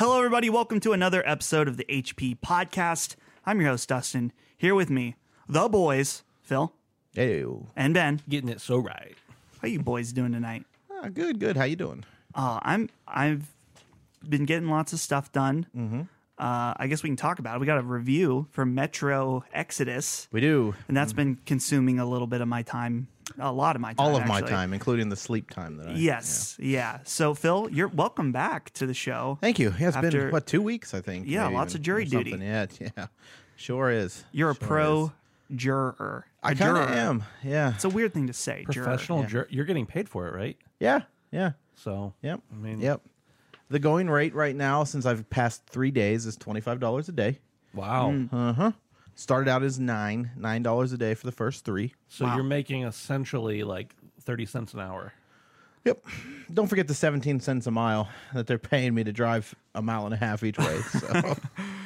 everybody. Welcome to another episode of the HP Podcast. I'm your host, Dustin. Here with me, the boys, Phil Ew. and Ben. Getting it so right. How you boys doing tonight? Ah, good, good. How you doing? Uh, I'm I've been getting lots of stuff done. Mm-hmm. Uh, I guess we can talk about it. We got a review for Metro Exodus, We do and that's been consuming a little bit of my time, a lot of my time, Mm. all of my actually. time, including the sleep time that I. Yes, yeah. So Phil, you're welcome back to the show. yeah. Thank you. Yeah, it's After- been what two weeks, I think. Yeah, maybe lots even, of jury or something. duty. Yeah, yeah, sure is. You're a Sure is. pro juror. I A kind juror. of am. Yeah, It's a weird thing to say. juror. Professional jur- you're getting paid for it, right? yeah, yeah. So Yep. I mean Yep. The going rate right now, since I've passed three days, is twenty five dollars a day. wow. Uh huh. Started out as nine, nine dollars a day for the first three. So you're making essentially like thirty cents an hour. Yep. Don't forget the 17 cents a mile that they're paying me to drive a mile and a half each way. So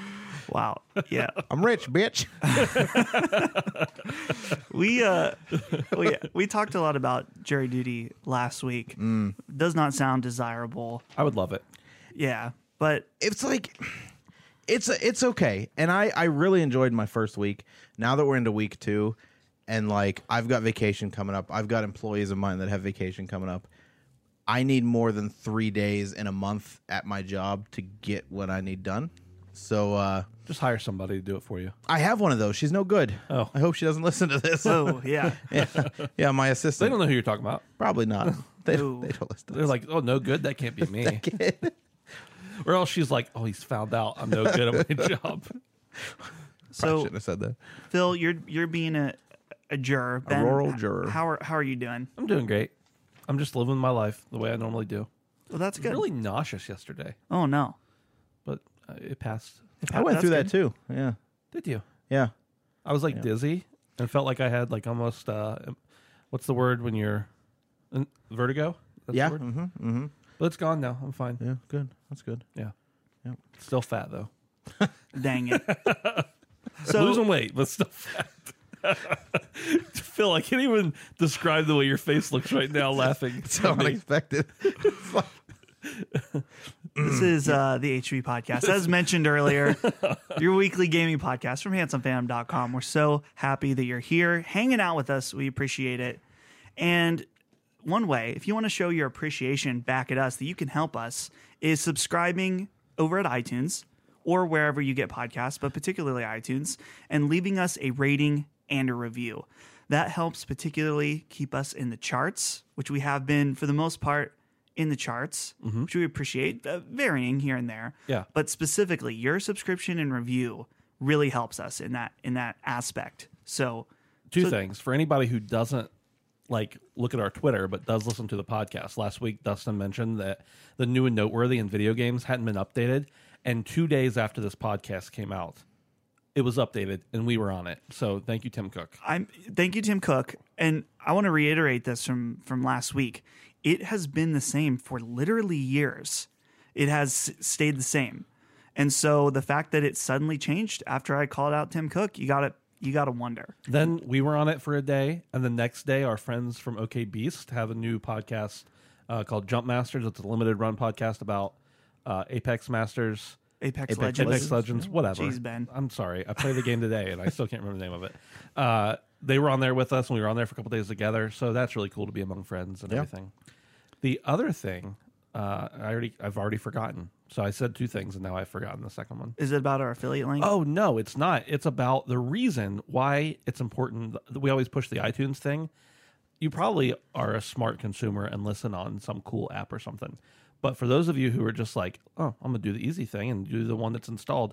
Wow. Yeah. I'm rich, bitch. we uh we we talked a lot about jury duty last week. Does not sound desirable. I would love it. Yeah. But It's like it's it's okay. And I I really enjoyed my first week. Now that we're into week 2 and like I've got vacation coming up. I've got employees of mine that have vacation coming up. I need more than 3 days in a month at my job to get what I need done. So uh Just hire somebody to do it for you. I have one of those. She's no good. Oh. I hope she doesn't listen to this. oh yeah. yeah. yeah, my They assistant. don't know who you're talking about. Probably not. They, No. they don't listen. They're like, oh no good, that can't be me. or else she's like, oh he's found out I'm no good at my job. I So shouldn't have said that. Phil, you're you're being a a juror. Ben, rural h- juror. How are how are you doing? I'm doing great. I'm just living my life the way I normally do. Well that's good. Really nauseous yesterday, Oh no. but uh, it passed. I went That's through good. that too. Yeah, Did you? yeah. I was like dizzy and felt like I had like almost uh, what's the word when you're in- vertigo? That's yeah. The word? Mm-hmm, mm-hmm. But it's gone now. I'm fine. Yeah. Good. That's good. Yeah. Yep. Still fat though. Dang it. So Losing weight, but still fat. Phil, I can't even describe the way your face looks right now laughing. So unexpected. It's like- This is uh, the HB podcast. As mentioned earlier, your weekly gaming podcast from handsomefam.com. We're so happy that you're here hanging out with us. We appreciate it. And one way, if you want to show your appreciation back at us, that you can help us is subscribing over at iTunes or wherever you get podcasts, but particularly iTunes, and leaving us a rating and a review. That helps particularly keep us in the charts, which we have been for the most part in the charts, which we appreciate, uh, varying here and there. Yeah. But specifically, your subscription and review really helps us in that in that aspect. So Two things for anybody who doesn't like look at our Twitter but does listen to the podcast. Last week, Dustin mentioned that the new and noteworthy in video games hadn't been updated, and two days after this podcast came out, it was updated and we were on it. So thank you, Tim Cook. I'm thank you, Tim Cook. And I want to reiterate this from from last week. It has been the same for literally years. It has s- stayed the same. And so the fact that it suddenly changed after I called out Tim Cook, you gotta you gotta wonder. Then we were on it for a day, and the next day, our friends from OK Beast have a new podcast uh, called Jump Masters. It's a limited run podcast about uh, Apex Masters, Apex, Apex Legends. Apex Legends, whatever. Jeez, Ben. I'm sorry, I played the game today, and I still can't remember the name of it. Uh, they were on there with us, and we were on there for a couple days together. So that's really cool to be among friends and everything. The other thing, uh, I already, I've already forgotten. So I said two things, and now I've forgotten the second one. Is it about our affiliate link? Oh no, it's not. It's about the reason why it's important. that We always push the iTunes thing. You probably are a smart consumer and listen on some cool app or something. But for those of you who are just like, oh, I'm gonna do the easy thing and do the one that's installed,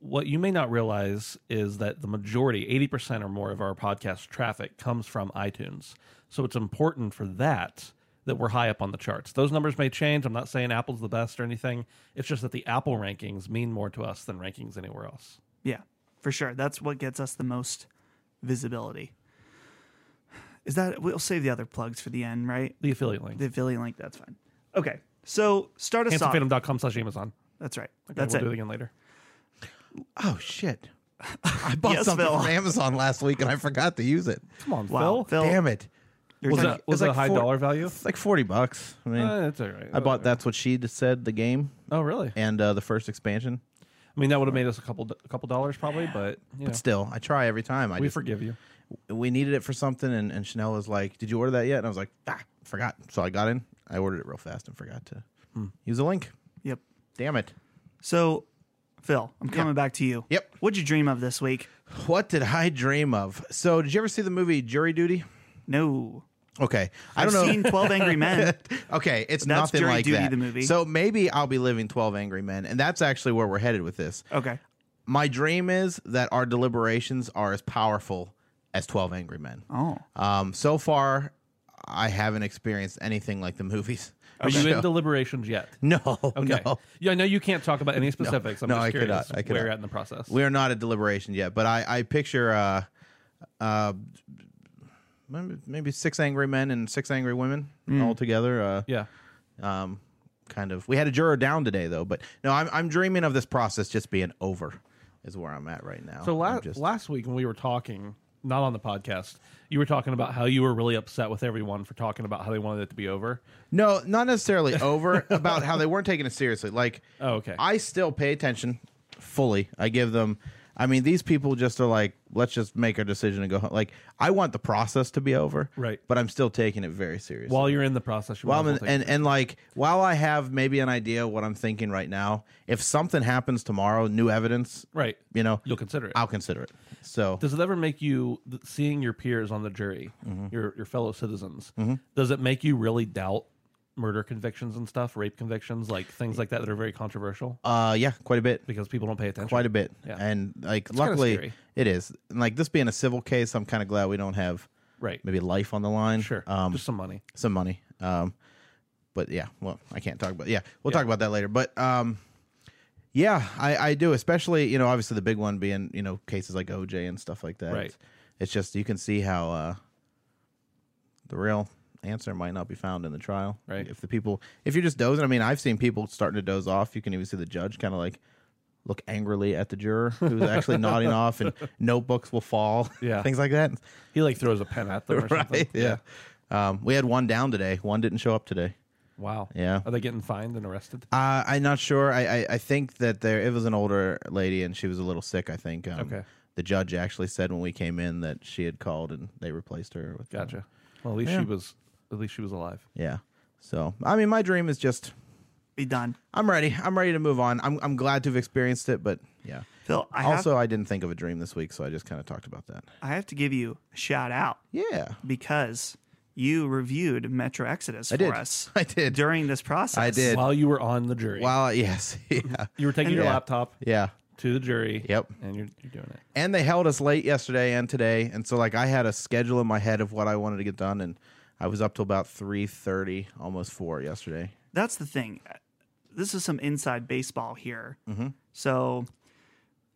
what you may not realize is that the majority, 80% or more of our podcast traffic comes from iTunes. So it's important for that that we're high up on the charts. Those numbers may change. I'm not saying Apple's the best or anything. It's just that the Apple rankings mean more to us than rankings anywhere else. Yeah, for sure. That's what gets us the most visibility. Is that we'll save the other plugs for the end, right? The affiliate link. The affiliate link, that's fine. Okay. So start us off. Handsomephantom.com slash Amazon. That's right. Okay, that's we'll do it. it again later. oh shit! I bought Yes, something Phil. from Amazon last week and I forgot to use it. Come on, Wow, Phil. Phil. Damn it! There's was like- that it's was it a like high four- dollar value? It's like forty bucks. I mean, Uh, that's all right. I bought that's what she said the game Oh, really? and uh, the first expansion. I mean, that would have made us a couple a couple dollars probably, but you know, But still, I try every time. I we just, forgive you. we needed it for something, and, and Chanel was like, "Did you order that yet?" And I was like, "Ah, forgot." So I got in. I ordered it real fast and forgot to use a link. Yep. Damn it! So, Phil, I'm coming back to you. Yep. What'd you dream of this week? What did I dream of? So, did you ever see the movie Jury Duty? No. Okay, I I've don't know. seen 12 Angry Men. okay, That's it's nothing Jury like Duty, that. the movie. So maybe I'll be living Twelve Angry Men, and that's actually where we're headed with this. Okay. My dream is that our deliberations are as powerful as Twelve Angry Men. Oh. Um, so far, I haven't experienced anything like the movies. Are you in So- deliberations yet? no, Okay. no. Yeah, no, you can't talk about any specifics. I'm no, just I curious cannot. I where you're cannot. at in the process. We are not at deliberation yet, but I, I picture uh, uh, maybe, maybe six angry men and six angry women Hmm. all together. Uh, yeah. um, kind of. We had a juror down today though, but no, I'm I'm dreaming of this process just being over. Is where I'm at right now. So I'm last just- last week when we were talking, not on the podcast, you were talking about how you were really upset with everyone for talking about how they wanted it to be over. no, not necessarily over. about how they weren't taking it seriously. Like, Oh, okay. I still pay attention fully. I give them. I mean, these people just are like, let's just make our decision and go home. Like, I want the process to be over, Right. But I'm still taking it very seriously. While you're in the process, you Well, might I'm as in, well take- and and like while I have maybe an idea of what I'm thinking right now, if something happens tomorrow, new evidence, right, you know, you'll consider it. I'll consider it. So does it ever make you th- seeing your peers on the jury, Mm-hmm. your your fellow citizens? Does it make you really doubt murder convictions and stuff, rape convictions, like things like that that are very controversial uh yeah, quite a bit. because people don't pay attention? Quite a bit. Yeah. And like kinda luckily scary. it is. And, like this being a civil case, I'm kinda glad we don't have right, maybe life on the line. sure, Um just some money. some money. Um but yeah, well I can't talk about yeah, we'll talk about that later. But um yeah, I, I do, especially, you know, obviously the big one being, you know, cases like OJ and stuff like that. Right. It's, it's just you can see how uh the real answer might not be found in the trial. Right. If the people if you're just dozing, I mean, I've seen people starting to doze off. You can even see the judge kind of like look angrily at the juror who's actually nodding off and notebooks will fall. Yeah. Things like that. He like throws a pen at them or something. Right. Yeah. Um, we had one down today. One didn't show up today. Wow. Yeah. Are they getting fined and arrested? Uh, I'm not sure. I, I, I think that there it was an older lady and she was a little sick. I think. Um, Okay. The judge actually said when we came in that she had called and they replaced her. With, Gotcha. Well, at least she was at least she was alive. yeah. So I mean, my dream is just Be done. I'm ready. I'm ready to move on. I'm I'm glad to have experienced it, but yeah. Phil, I have, also, I didn't think of a dream this week, so I just kind of talked about that. I have to give you a shout out Yeah. because you reviewed Metro Exodus I for did. us I did. during this process. I did. While you were on the jury, Wow. Yes. Yeah. you were taking your Yeah. laptop Yeah. to the jury. Yep. And you're you're doing it. and they held us late yesterday and today and so like i had a schedule in my head of what i wanted to get done and i was up till about 3.30 almost 4 yesterday That's the thing. This is some inside baseball here. Mm-hmm. So,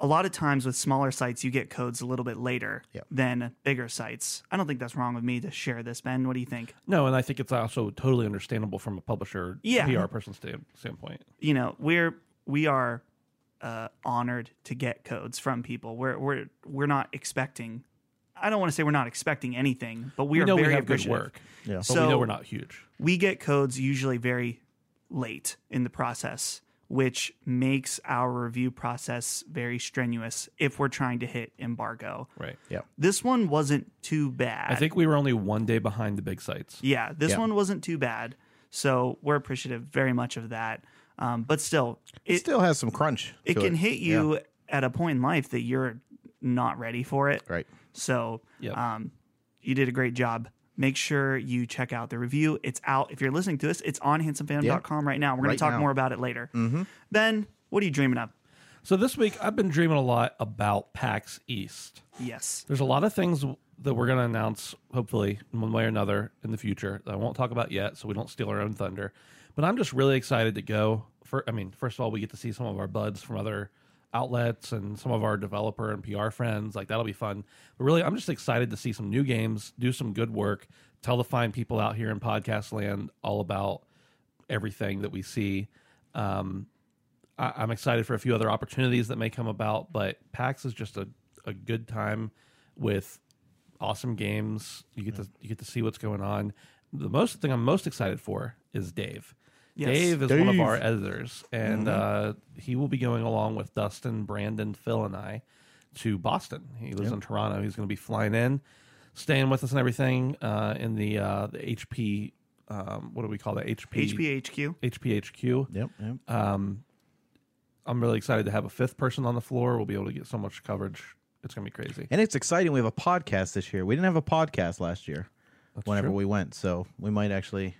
a lot of times with smaller sites, you get codes a little bit later Yep. than bigger sites. I don't think that's wrong with me to share this, Ben. What do you think? No, and I think it's also totally understandable from a publisher, Yeah. PR person stand, standpoint. you know we're we are uh, honored to get codes from people. We're we're we're not expecting. I don't want to say we're not expecting anything, but we, We are know very we have good appreciative. work, Yeah. but so we know we're not huge. we get codes usually very late in the process, which makes our review process very strenuous if we're trying to hit embargo. Right. yeah This one wasn't too bad. I think we were only one day behind the big sites. Yeah, this Yeah. one wasn't too bad, so we're appreciative very much of that. Um, but still, it, it, still has some crunch it to can hit you at a point in life that you're not ready for it. right So, Yep. um, you did a great job. Make sure you check out the review. It's out. If you're listening to us, it's on handsomefam.com right now. We're going Right to talk now. more about it later. Mm-hmm. Ben, what are you dreaming of? So this week I've been dreaming a lot about PAX East. Yes. There's a lot of things that we're going to announce, hopefully, in one way or another in the future that I won't talk about yet, so we don't steal our own thunder. But I'm just really excited to go. For I mean, first of all, we get to see some of our buds from other outlets and some of our developer and PR friends. Like that'll be fun. But really, I'm just excited to see some new games, do some good work, tell the fine people out here in podcast land all about everything that we see. Um, I, I'm excited for a few other opportunities that may come about, but PAX is just a, a good time with awesome games. You get to you get to see what's going on. The most thing I'm most excited for is Dave. Yes. Dave is one of Dave. our editors, and uh, he will be going along with Dustin, Brandon, Phil, and I to Boston. He lives in Toronto. He's going to be flying in, staying with us, and everything uh, in the uh, the HP. Um, what do we call that? HP HPHQ. HPHQ. Yep. yep. I'm really excited to have a fifth person on the floor. We'll be able to get so much coverage. It's gonna be crazy. and it's exciting. We have a podcast this year. We didn't have a podcast last year. whenever true. we went, so we might actually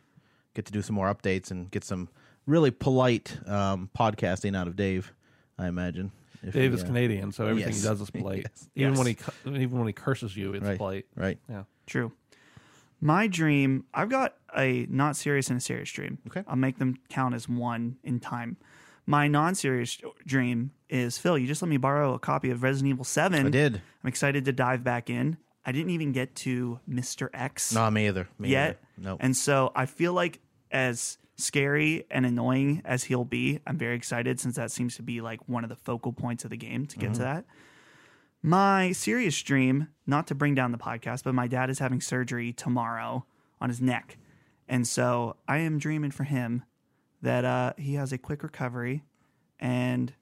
get to do some more updates and get some really polite um, podcasting out of Dave. I imagine. If Dave he, is uh, Canadian, so everything Yes. he does is polite. Yes. Even Yes. when he cu- even when he curses you, it's Right. polite. Right. Yeah. True. My dream, I've got a not serious and a serious dream. Okay. I'll make them count as one in time. My non serious dream is Phil, you just let me borrow a copy of Resident Evil 7. I did. I'm excited to dive back in. I didn't even get to Mr. X No, me either. Me yet. No. And so I feel like as scary and annoying as he'll be, I'm very excited since that seems to be like one of the focal points of the game to get Mm-hmm. to that. My serious dream, not to bring down the podcast, but my dad is having surgery tomorrow on his neck. And so I am dreaming for him that uh, he has a quick recovery and,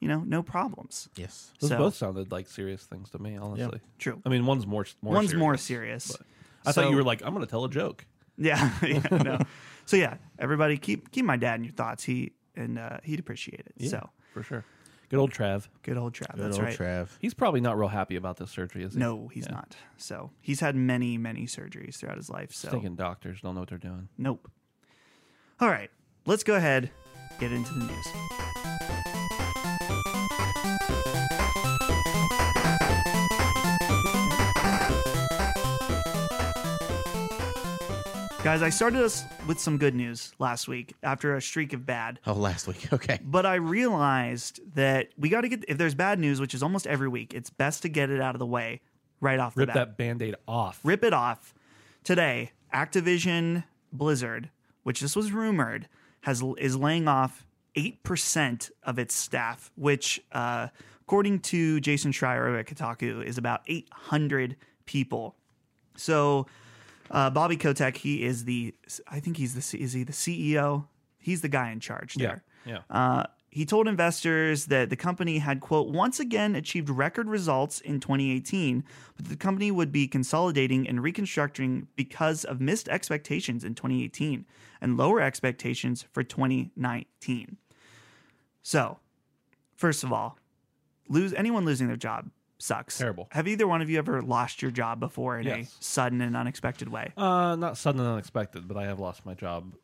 you know, no problems. yes. Those So- both sounded like serious things to me, honestly. True. I mean, one's more, more One's serious. more serious. I thought So- you were like, I'm gonna tell a joke. Yeah, yeah no. so yeah, everybody keep keep my dad in your thoughts. He and uh, he'd appreciate it. So for sure. Good old Trav. good old Trav. Good that's old right. Trav. He's probably not real happy about this surgery, is he? No, he's not. So he's had many many surgeries throughout his life. So Thinking doctors don't know what they're doing. nope. All right, let's go ahead get into the news. Guys, I started us with some good news last week after a streak of bad. Oh, last week. Okay. But I realized that we got to get if there's bad news, which is almost every week, it's best to get it out of the way right off the Rip bat. that band aid off. Rip it off. Today, Activision Blizzard, which this was rumored, has is laying off eight percent of its staff, which, uh, according to Jason Schreier at Kotaku, is about eight hundred people. So uh, Bobby Kotick, he is the I think he's the C- is he the CEO? He's the guy in charge Yeah. there. Yeah. Uh, he told investors that the company had, quote, once again achieved record results in 2018, but the company would be consolidating and reconstructing because of missed expectations in 2018 and lower expectations for 2019. So, first of all, lose anyone losing their job sucks. Terrible. Have either one of you ever lost your job before in Yes. a sudden and unexpected way? Uh, not sudden and unexpected, but I have lost my job.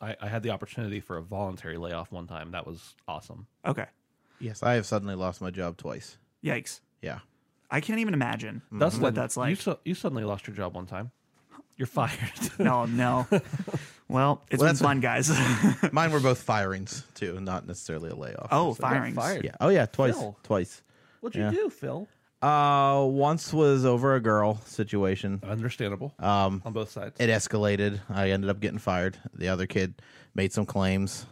I, I had the opportunity for a voluntary layoff one time. That was awesome. Okay. Yes, I have suddenly lost my job twice. Yikes. Yeah. I can't even imagine Dustin, Mm-hmm. what that's like. You, su- you suddenly lost your job one time. You're fired. No, no. Well, it's been Well, that's a- fun, guys. Mine were both firings too, not necessarily a layoff. oh, So- firings. fired. Yeah. Oh yeah, twice. Phil. Twice. What'd you Yeah. do, Phil? Uh, once was over a girl situation. Understandable. Um, on both sides. Uh, it escalated. I ended up getting fired. The other kid made some claims.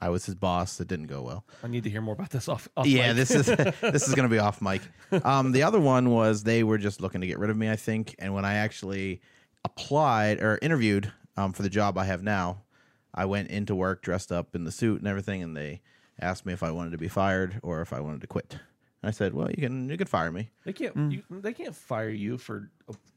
I was his boss. It didn't go well. I need to hear more about this off. off Yeah, mic. this is this is going to be off mic. Um, the other one was they were just looking to get rid of me, I think. And when I actually applied or interviewed um, for the job I have now, I went into work dressed up in the suit and everything, and they asked me if I wanted to be fired or if I wanted to quit. And I said, "Well, you can you can fire me." they can't. You, they can't fire you for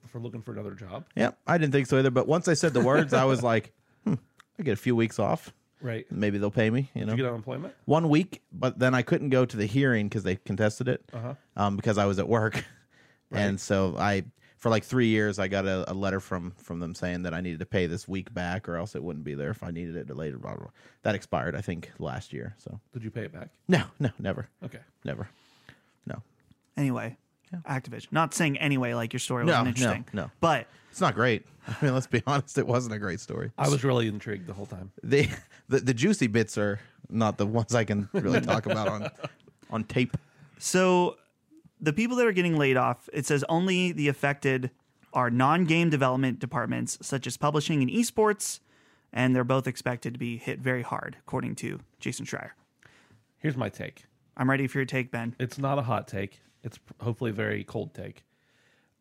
for looking for another job, Yeah, I didn't think so either. But once I said the words, I was like, hmm, "I get a few weeks off. right? Maybe they'll pay me." You know, You get unemployment. one week, but then I couldn't go to the hearing because they contested it Uh-huh. um, because I was at work, and so I for like three years I got a, a letter from from them saying that I needed to pay this week back or else it wouldn't be there if I needed it later. Blah blah. blah. That expired I think last year. So Did you pay it back? no, no, never, Okay. never, no. Anyway, Activision. Not saying anyway, like your story No, wasn't no, interesting. no. But It's not great. I mean, let's be honest, it wasn't a great story. I was really intrigued the whole time. The the, the juicy bits are not the ones I can really talk about on on tape. so the people that are getting laid off, it says only the affected are non game development departments such as publishing and esports, and they're both expected to be hit very hard, according to Jason Schreier. Here's my take. I'm ready for your take, Ben. It's not a hot take. It's p- hopefully a very cold take.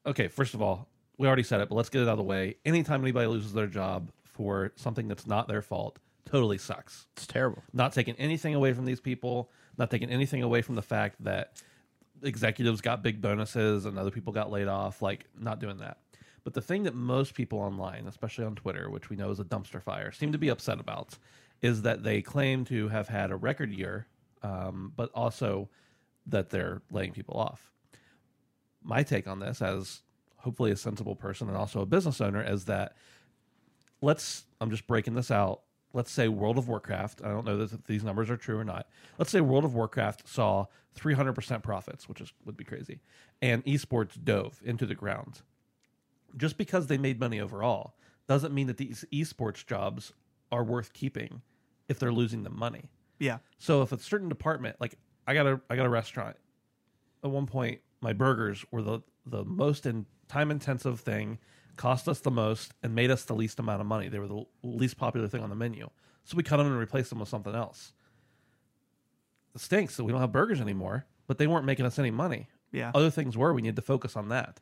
Okay, first of all, we already said it, but let's get it out of the way. Anytime anybody loses their job for something that's not their fault, totally sucks. It's terrible. Not taking anything away from these people, not taking anything away from the fact that executives got big bonuses and other people got laid off, like not doing that. But the thing that most people online, especially on Twitter, which we know is a dumpster fire, seem to be upset about is that they claim to have had a record year, um, but also that they're laying people off my take on this as hopefully a sensible person and also a business owner is that let's i'm just breaking this out let's say world of warcraft i don't know that these numbers are true or not let's say world of warcraft saw 300% profits which is would be crazy and esports dove into the ground just because they made money overall doesn't mean that these esports jobs are worth keeping if they're losing the money Yeah. so if a certain department, like I got a I got a restaurant. At one point, my burgers were the the most in time intensive thing, cost us the most, and made us the least amount of money. They were the l- least popular thing on the menu, so we cut them and replaced them with something else. It stinks that we don't have burgers anymore, but they weren't making us any money. Yeah. Other things were. We need to focus on that.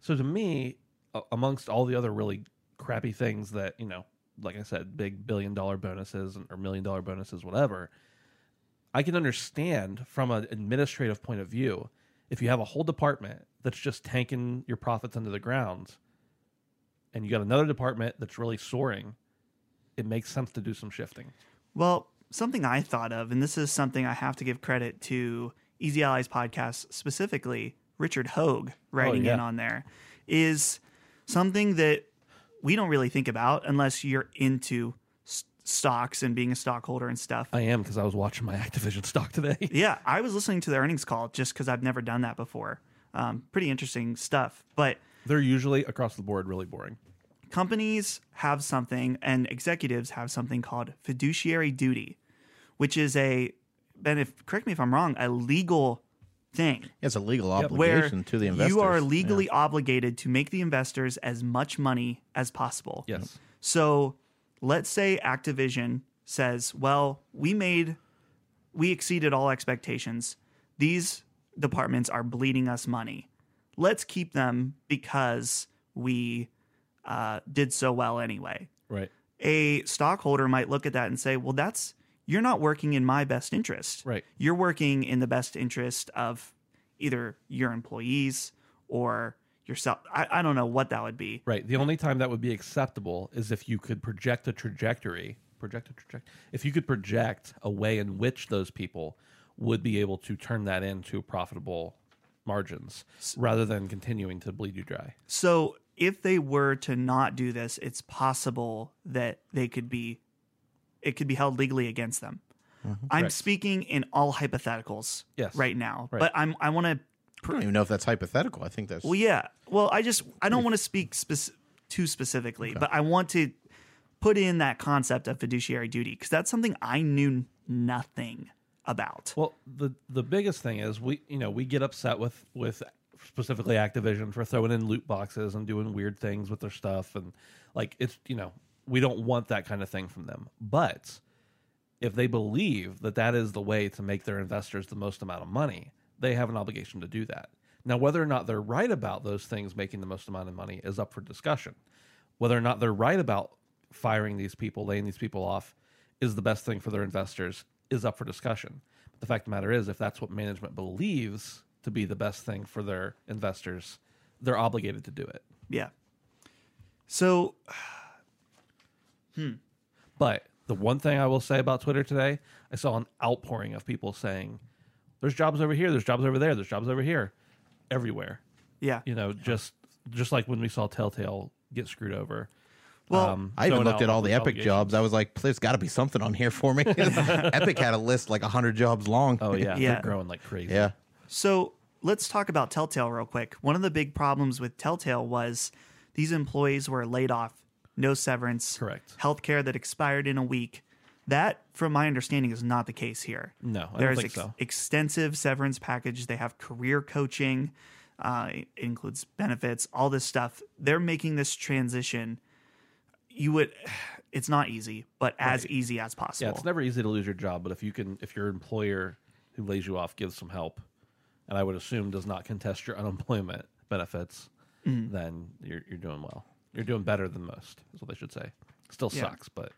So to me, a- amongst all the other really crappy things that you know, like I said, big billion dollar bonuses and, or million dollar bonuses, whatever. I can understand from an administrative point of view if you have a whole department that's just tanking your profits under the ground and you got another department that's really soaring, it makes sense to do some shifting. Well, something I thought of, and this is something I have to give credit to Easy Allies podcast specifically, Richard Hogue writing Oh, yeah. in on there, is something that we don't really think about unless you're into s- stocks and being a stockholder and stuff. I am because I was watching my Activision stock today. Yeah, I was listening to the earnings call just because I've never done that before. Um, pretty interesting stuff, but They're usually across the board really boring. companies have something and executives have something called fiduciary duty, which is a Ben, if correct me if I'm wrong, a legal thing It's a legal where obligation to the investors. you are Yeah. legally obligated to make the investors as much money as possible. Yes. So let's say Activision says, well, we made, we exceeded all expectations. These departments are bleeding us money. Let's keep them because we uh, did so well anyway. Right. A stockholder might look at that and say, well, that's, you're not working in my best interest. Right. You're working in the best interest of either your employees or yourself. I, I don't know what that would be. Right. The only time that would be acceptable is if you could project a trajectory, project a trajectory, if you could project a way in which those people would be able to turn that into profitable margins rather than continuing to bleed you dry. So if they were to not do this, it's possible that they could be it could be held legally against them. I'm Mm-hmm. Correct. speaking in all hypotheticals Yes. right now. Right. But I'm I want to I don't even know if that's hypothetical. I think that's well yeah. Well, I just I don't want to speak spec- too specifically, but I want to put in that concept of fiduciary duty because that's something I knew nothing about. Well, the the biggest thing is we you know we get upset with with specifically Activision for throwing in loot boxes and doing weird things with their stuff and like it's you know we don't want that kind of thing from them. But if they believe that that is the way to make their investors the most amount of money, they have an obligation to do that. Now, whether or not they're right about those things making the most amount of money is up for discussion. Whether or not they're right about firing these people, laying these people off is the best thing for their investors is up for discussion. But the fact of the matter is, if that's what management believes to be the best thing for their investors, they're obligated to do it. Yeah. So But the one thing I will say about Twitter today, I saw an outpouring of people saying, "There's jobs over here. There's jobs over there. There's jobs over here, everywhere." yeah. You know, just just like when we saw Telltale get screwed over. Well, um, I even throwing looked out at all the Epic obligations. jobs. I was like, there's got to be something on here for me. Epic had a list like 100 jobs long. Oh yeah, Yeah. they're growing like crazy. Yeah. So let's talk about Telltale real quick. One of the big problems with Telltale was these employees were laid off, no severance, Correct. healthcare that expired in a week. That, from my understanding, is not the case here. No, I there don't is think ex- so. extensive severance package. They have career coaching, uh, it includes benefits, all this stuff. They're making this transition. You would, it's not easy, but as easy as possible. Yeah, it's never easy to lose your job, but if you can, if your employer who lays you off gives some help, and I would assume does not contest your unemployment benefits, Mm. then you're you're doing well. You're doing better than most. Is what they should say. Still Yeah. sucks, but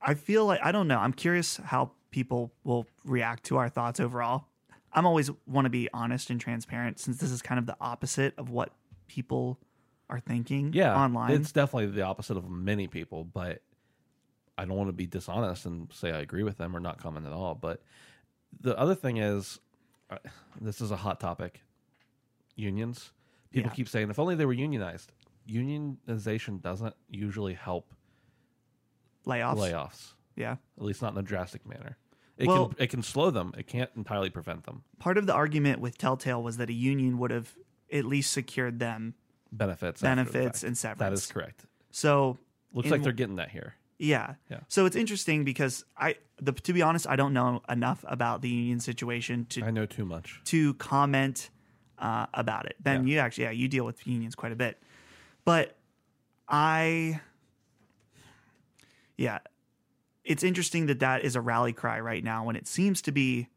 I feel like I don't know. I'm curious how people will react to our thoughts overall. I'm always want to be honest and transparent since this is kind of the opposite of what people are thinking yeah, online. It's definitely the opposite of many people, but I don't want to be dishonest and say I agree with them or not comment at all. But the other thing is, uh, this is a hot topic. Unions. People Yeah. keep saying if only they were unionized. Unionization doesn't usually help layoffs. layoffs. Yeah. at least not in a drastic manner. It Well- can it can slow them. It can't entirely prevent them. Part of the argument with Telltale was that a union would have at least secured them Benefits, after the benefits fact. and That severance. is correct. So Looks In- like they're getting that here. Yeah. Yeah. So it's interesting because I, the, to be honest, I don't know enough about the union situation to I know too much. to comment uh, about it. Ben, you actually, yeah, you deal with unions quite a bit, but I, yeah, it's interesting that that is a rally cry right now when it seems to be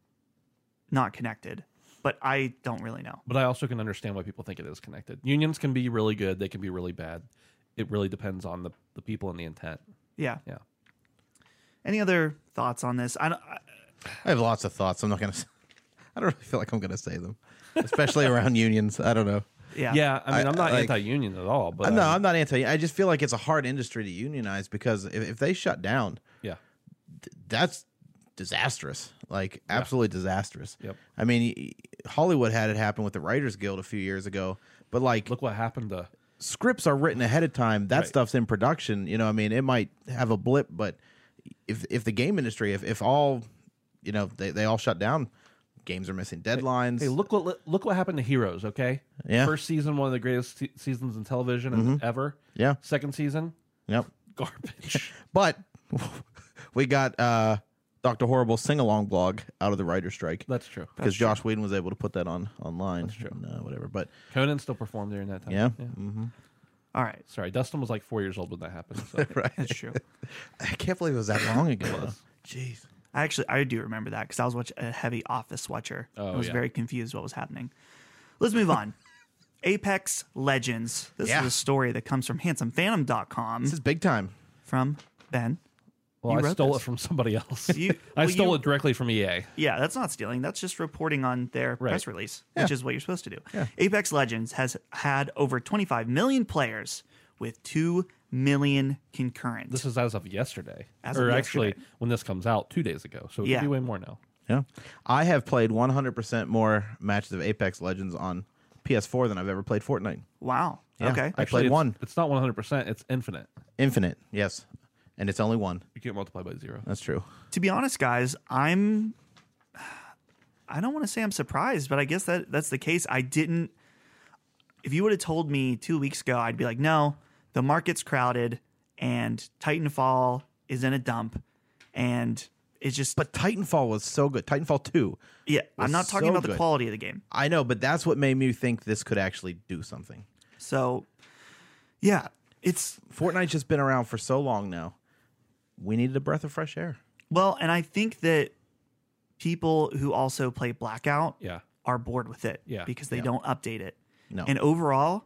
not connected. But I don't really know. But I also can understand why people think it is connected. Unions can be really good. They can be really bad. It really depends on the, the people and the intent. Yeah. Yeah. Any other thoughts on this? I don't. I, I have lots of thoughts. I'm not gonna. s- I don't really feel like I'm gonna say them, especially around unions. I don't know. yeah. Yeah. I mean, I, am not I- like- anti-union at all, but no, um, I'm not anti. I just feel like it's a hard industry to unionize because if, if they shut down, yeah. that's disastrous. Like absolutely disastrous. Yep. I mean, y- Hollywood had it happen with the Writers Guild a few years ago, but like Look what happened to scripts are written ahead of time. That Right. stuff's in production. You know, I mean, it might have a blip, but if if the game industry, if if all, you know, they they all shut down, games are missing deadlines. Hey, look what look what happened to Heroes. Okay, Yeah. First season, one of the greatest se- seasons in television ever. Yeah. Second season, Yep. garbage. But we got uh Doctor Horrible sing along blog out of the writer strike. That's true. because Josh Whedon was able to put that on online. That's true. whatever. But Conan still performed during that time. yeah, All right. Sorry, Dustin was like four years old when that happened. So. right. That's true. I can't believe it was that long ago. Jeez. I actually I do remember that because I was watch, a heavy Office watcher. I Oh, was yeah. very confused what was happening. Let's move on. Apex Legends. This Yeah. is a story that comes from handsomephantom.com This is big time. from Ben. Well, You I wrote stole this. it from somebody else. You- I well, stole you- it directly from E EA. Yeah, that's not stealing. That's just reporting on their Right. press release, which is what you're supposed to do. Apex Legends has had over 25 million players with 2 million concurrent. This is as of yesterday, As of or actually when this comes out, two days ago. So it Yeah. could be way more now. Yeah. I have played 100% more matches of Apex Legends on PS4 than I've ever played Fortnite. wow. Yeah. Okay. I Actually, played it's- one. It's not one hundred percent. It's infinite. Infinite. Yes. And it's only one. You can't multiply by zero. That's true. to be honest, guys, I'm I don't want to say I'm surprised, but I guess that that's the case. I didn't if you would have told me two weeks ago, I'd be like, no, the market's crowded and Titanfall is in a dump and it's just But Titanfall was so good. Titanfall 2. yeah, I'm not talking so about the good. quality of the game. I know, but that's what made me think this could actually do something. So yeah, it's Fortnite's just been around for so long now. We needed a breath of fresh air. well, and I think that people who also play Blackout Yeah, are bored with it Yeah. because they don't update it. No. And overall,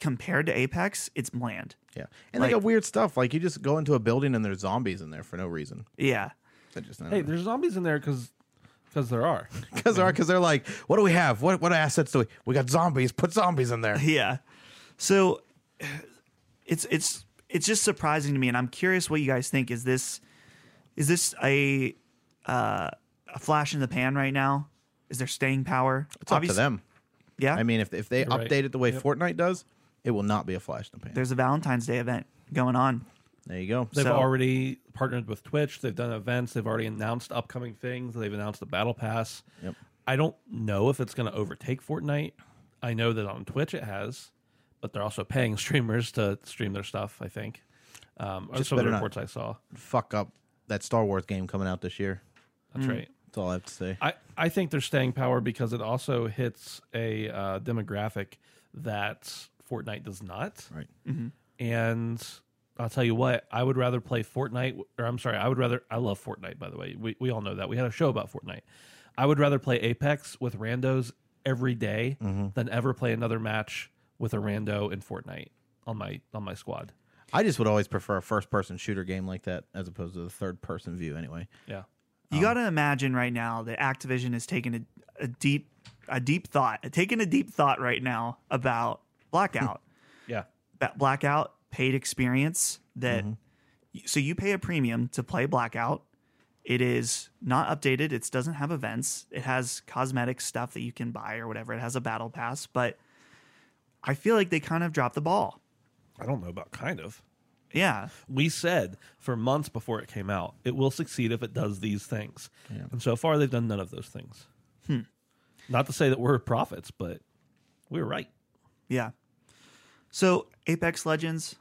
compared to Apex, it's bland. Yeah. And Like- they got weird stuff. Like you just go into a building and there's zombies in there for no reason. Yeah. I just Hey, there's zombies in there because there are. because they're because they're like, what do we have? What what assets do we? We got zombies. Put zombies in there. Yeah. So it's it's it's just surprising to me and I'm curious what you guys think is this is this a uh, a flash in the pan right now? Is there staying power? It's up to them. Yeah. I mean, if if they right. update it the way Fortnite does, it will not be a flash in the pan. there's a Valentine's Day event going on. there you go. They've So- already partnered with Twitch. They've done events. They've already announced upcoming things. They've announced the battle pass. Yep. I don't know if it's going to overtake Fortnite. I know that on Twitch it has, but they're also paying streamers to stream their stuff. I think. Um, are some of better the not. reports I saw. Fuck up that Star Wars game coming out this year. That's Hmm. right. That's all I have to say. I, I think they're staying power because it also hits a uh, demographic that Fortnite does not. Right. Mm-hmm. And I'll tell you what, I would rather play Fortnite, or I'm sorry, I would rather, I love Fortnite, by the way. We, we all know that. We had a show about Fortnite. I would rather play Apex with randos every day than ever play another match with a rando in Fortnite on my on my squad. I just would always prefer a first person shooter game like that as opposed to the third person view anyway. Yeah. You Um, got to imagine right now that Activision is taking a, a deep a deep thought, taking a deep thought right now about blackout. Yeah. that blackout paid experience that Mm-hmm. so you pay a premium to play blackout it is not updated it doesn't have events it has cosmetic stuff that you can buy or whatever it has a battle pass but i feel like they kind of dropped the ball I don't know about kind of. yeah We said for months before it came out, it will succeed if it does these things. And so far, they've done none of those things. Hmm. Not to say that we're prophets, but we were right. yeah so apex legends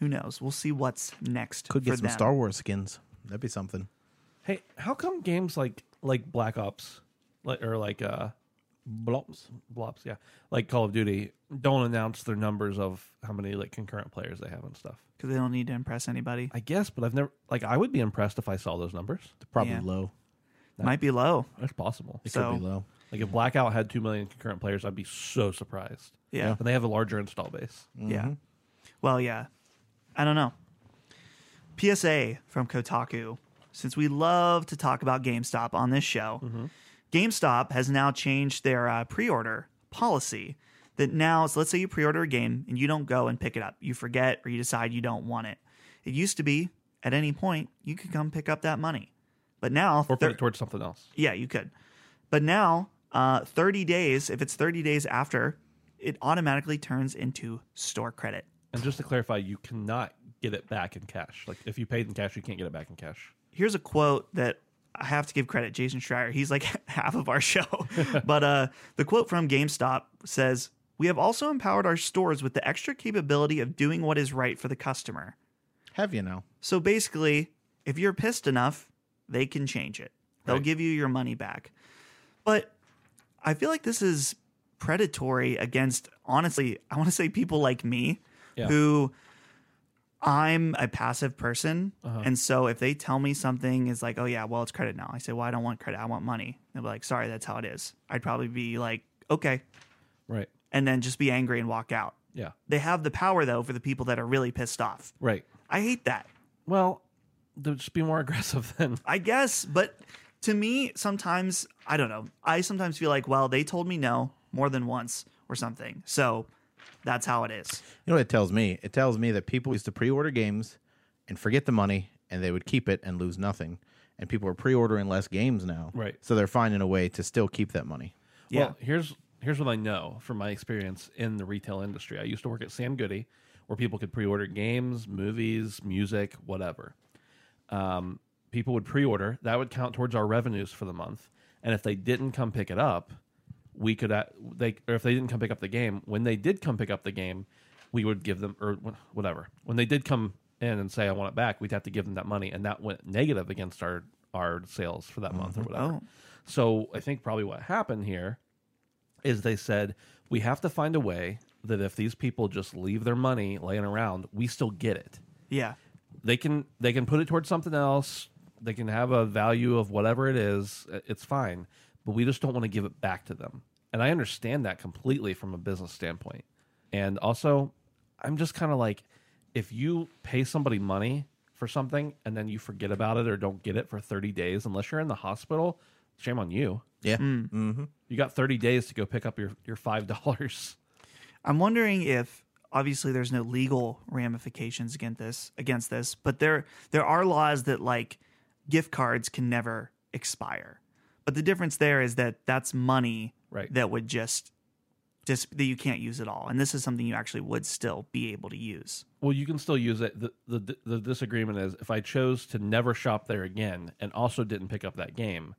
who knows we'll see what's next Could get for some them. Star Wars skins. That'd be something. Hey, how come games like like Black Ops, like or like uh, Blops, Blops, yeah, like Call of Duty, don't announce their numbers of how many like concurrent players they have and stuff? because they don't need to impress anybody I guess, but I've never like I would be impressed if I saw those numbers. Probably Yeah. low. might be low That's possible. It So- could be low. Like if Blackout had two million concurrent players, I'd be so surprised. yeah And they have a larger install base. Yeah. Well, yeah. I don't know. PSA from Kotaku. Since we love to talk about GameStop on this show, Mm-hmm. GameStop has now changed their uh, pre order policy. That now, so let's say you pre order a game and you don't go and pick it up. You forget or you decide you don't want it. It used to be at any point you could come pick up that money. But now, Or put thir- it towards something else. yeah, you could. But now, uh, 30 days, if it's 30 days after, it automatically turns into store credit. And just to clarify, you cannot get it back in cash. Like if you paid in cash, you can't get it back in cash. here's a quote that I have to give credit Jason Schreier. He's like half of our show. but uh, the quote from GameStop says, "We have also empowered our stores with the extra capability of doing what is right for the customer." Have you now? So basically, if you're pissed enough, they can change it. They'll Right. give you your money back. But I feel like this is predatory against, honestly, I want to say people like me Yeah. who I'm a passive person. Uh-huh. And so if they tell me something is like, oh, yeah, well, it's credit now, I say, well, I don't want credit. I want money. They'll be like, sorry, that's how it is. I'd probably be like, okay. Right. And then just be angry and walk out. Yeah. They have the power, though, for the people that are really pissed off. Right. I hate that. Well, they'll just be more aggressive then. I guess, but to me, sometimes I don't know. I sometimes feel like, well, they told me no more than once or something, so that's how it is. You know what it tells me? It tells me that people used to pre order games and forget the money and they would keep it and lose nothing. And people are pre ordering less games now. Right. So they're finding a way to still keep that money. Yeah. Well, here's here's what I know from my experience in the retail industry. I used to work at Sam Goody, where people could pre-order games, movies, music, whatever. Um, people would pre-order. That would count towards our revenues for the month. And if they didn't come pick it up, we could uh, they or if they didn't come pick up the game, when they did come pick up the game, we would give them or wh- whatever. When they did come in and say I want it back, we'd have to give them that money, and that went negative against our our sales for that month or whatever. Oh. So I think probably what happened here is they said we have to find a way that if these people just leave their money laying around, we still get it. Yeah, They can they can put it towards something else. They can have a value of whatever it is. i- It's fine, but we just don't want to give it back to them. And I understand that completely from a business standpoint. And also, I'm just kind of like if you pay somebody money for something and then you forget about it or don't get it for 30 days unless you're in the hospital, shame on you. Yeah. Mm-hmm. You got 30 days to go pick up your, your $5. I'm wondering if obviously there's no legal ramifications against this against this, but there there are laws that like gift cards can never expire. But the difference there is that that's money Right. that would just just that you can't use at all, and this is something you actually would still be able to use. Well, you can still use it. The, the the disagreement is if I chose to never shop there again and also didn't pick up that game,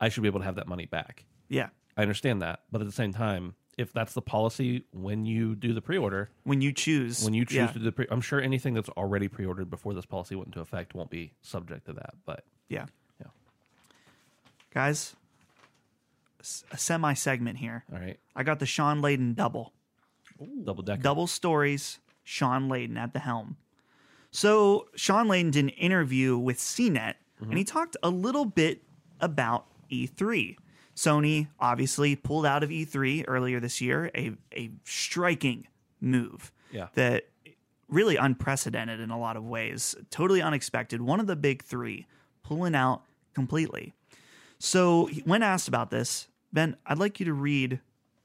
I should be able to have that money back. Yeah, I understand that, but at the same time, if that's the policy when you do the pre-order, when you choose when you choose yeah. to do the pre, I'm sure anything that's already pre-ordered before this policy went into effect won't be subject to that. But Yeah. Yeah. Guys, s- a semi segment here. all right, I got the Sean Layden double. double decker. Double stories, Sean Layden at the helm. So, Sean Layden did an interview with CNET and he talked a little bit about E3. E Sony obviously pulled out of E3 earlier this year, a, a striking move Yeah. that really unprecedented in a lot of ways, totally unexpected. One of the big three pulling out completely. So, when asked about this, Ben, I'd like you to read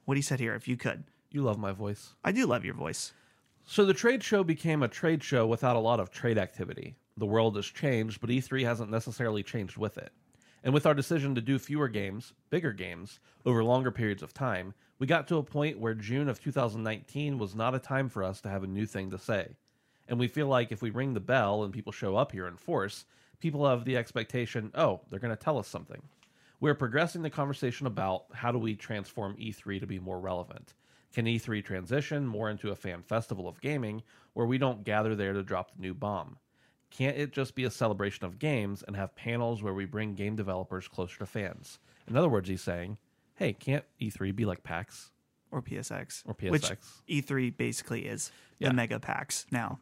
what he said here, if you could. You love my voice. I do love your voice. So the trade show became a trade show without a lot of trade activity. The world has changed, but E3 hasn't necessarily changed with it. And with our decision to do fewer games, bigger games, over longer periods of time, we got to a point where June of 2019 was not a time for us to have a new thing to say. And we feel like if we ring the bell and people show up here in force, people have the expectation, oh, they're going to tell us something. We're progressing the conversation about how do we transform E3 to be more relevant? Can E3 transition more into a fan festival of gaming where we don't gather there to drop the new bomb? Can't it just be a celebration of games and have panels where we bring game developers closer to fans? In other words, he's saying, hey, can't E3 be like PAX? Or PSX. Or Which PSX. E3 basically is Yeah. the mega packs now.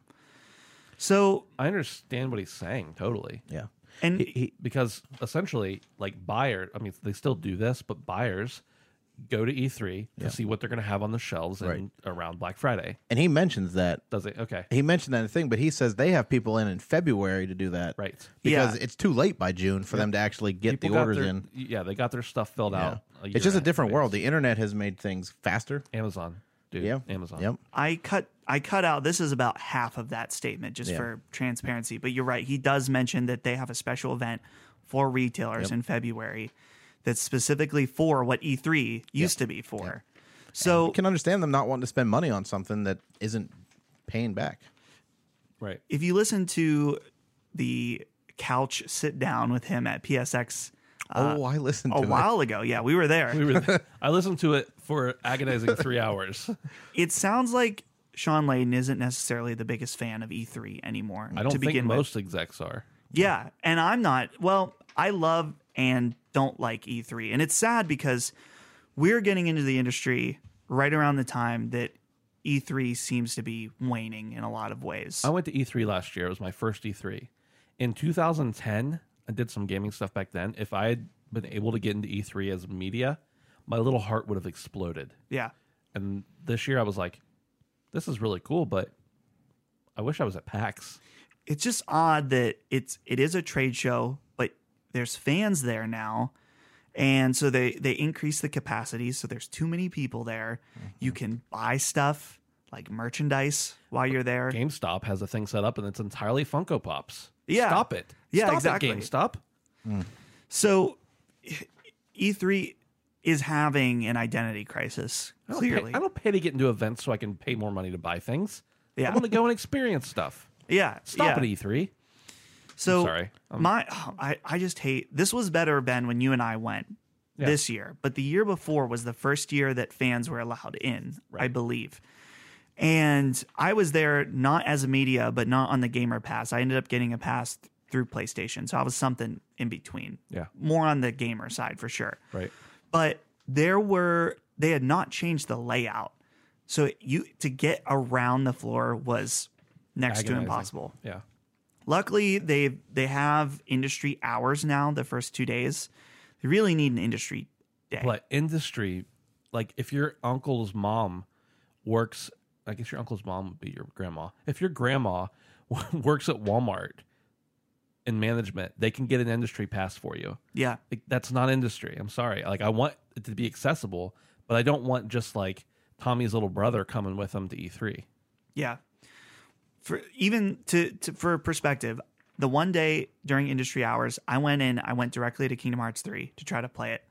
So, I understand what he's saying totally. Yeah. and because essentially like buyer i mean they still do this but buyers go to e3 to see what they're going to have on the shelves and around black friday And he mentions that. does it okay He mentioned that in the thing, but he says they have people in in February to do that. right Because Yeah. it's too late by June for them to actually get People the got orders their- Oh, in. yeah they got their stuff filled out a year It's just a in different advance. world. The internet has made things faster. amazon dude Yeah. amazon Yep. I cut I cut out this is about half of that statement just Yeah. for transparency, but you're right. He does mention that they have a special event for retailers in February that's specifically for what E3 used to be for. So Can understand them not wanting to spend money on something that isn't paying back. right if you listen to the couch sit down with him at PSX Uh, oh, I listened a to it. while ago, yeah, we were there. we were, i listened to it for agonizing three hours it sounds like Sean Layden isn't necessarily the biggest fan of E3 anymore. i don't to think begin with. most execs are Yeah, and I'm not. Well, I love and don't like E3, and it's sad because we're getting into the industry right around the time that E3 seems to be waning in a lot of ways. I went to E3 last year. It was my first E3. In 2010, I did some gaming stuff back then. If I had been able to get into E3 as media, my little heart would have exploded. Yeah, And this year I was like, this is really cool, but I wish I was at PAX. it's just odd that it's it is a trade show, but there's fans there now. And so they they increase the capacity, so there's too many people there. You Mm-hmm. can buy stuff like merchandise while you're there. GameStop has a thing set up and it's entirely Funko Pops. Yeah. Stop it. Yeah, Stop exactly. it, GameStop. So E3 is having an identity crisis. I don't, Clearly. pay, I don't pay to get into events so I can pay more money to buy things. Yeah. I want to go and experience stuff. yeah. Stop yeah. at E E3. So sorry. my oh, I, I just hate this was better, Ben, when you and I went Yeah. this year. But the year before was the first year that fans were allowed in, I believe. And I was there not as a media, but not on the gamer pass. I ended up getting a pass th- through PlayStation. So I was something in between. Yeah. More on the gamer side for sure. Right. but there were they had not changed the layout so you to get around the floor was next to Agonizing. impossible Yeah. luckily they they have industry hours now the first two days they really need an industry day But industry, like if your uncle's mom works, I guess your uncle's mom would be your grandma. If your grandma works at Walmart in management, they can get an industry pass for you. yeah Like, that's not industry. I'm sorry. Like I want it to be accessible, but I don't want just like Tommy's little brother coming with him to E E3. yeah for even to, to for perspective the one day during industry hours i went in i went directly to kingdom hearts 3 to try to play it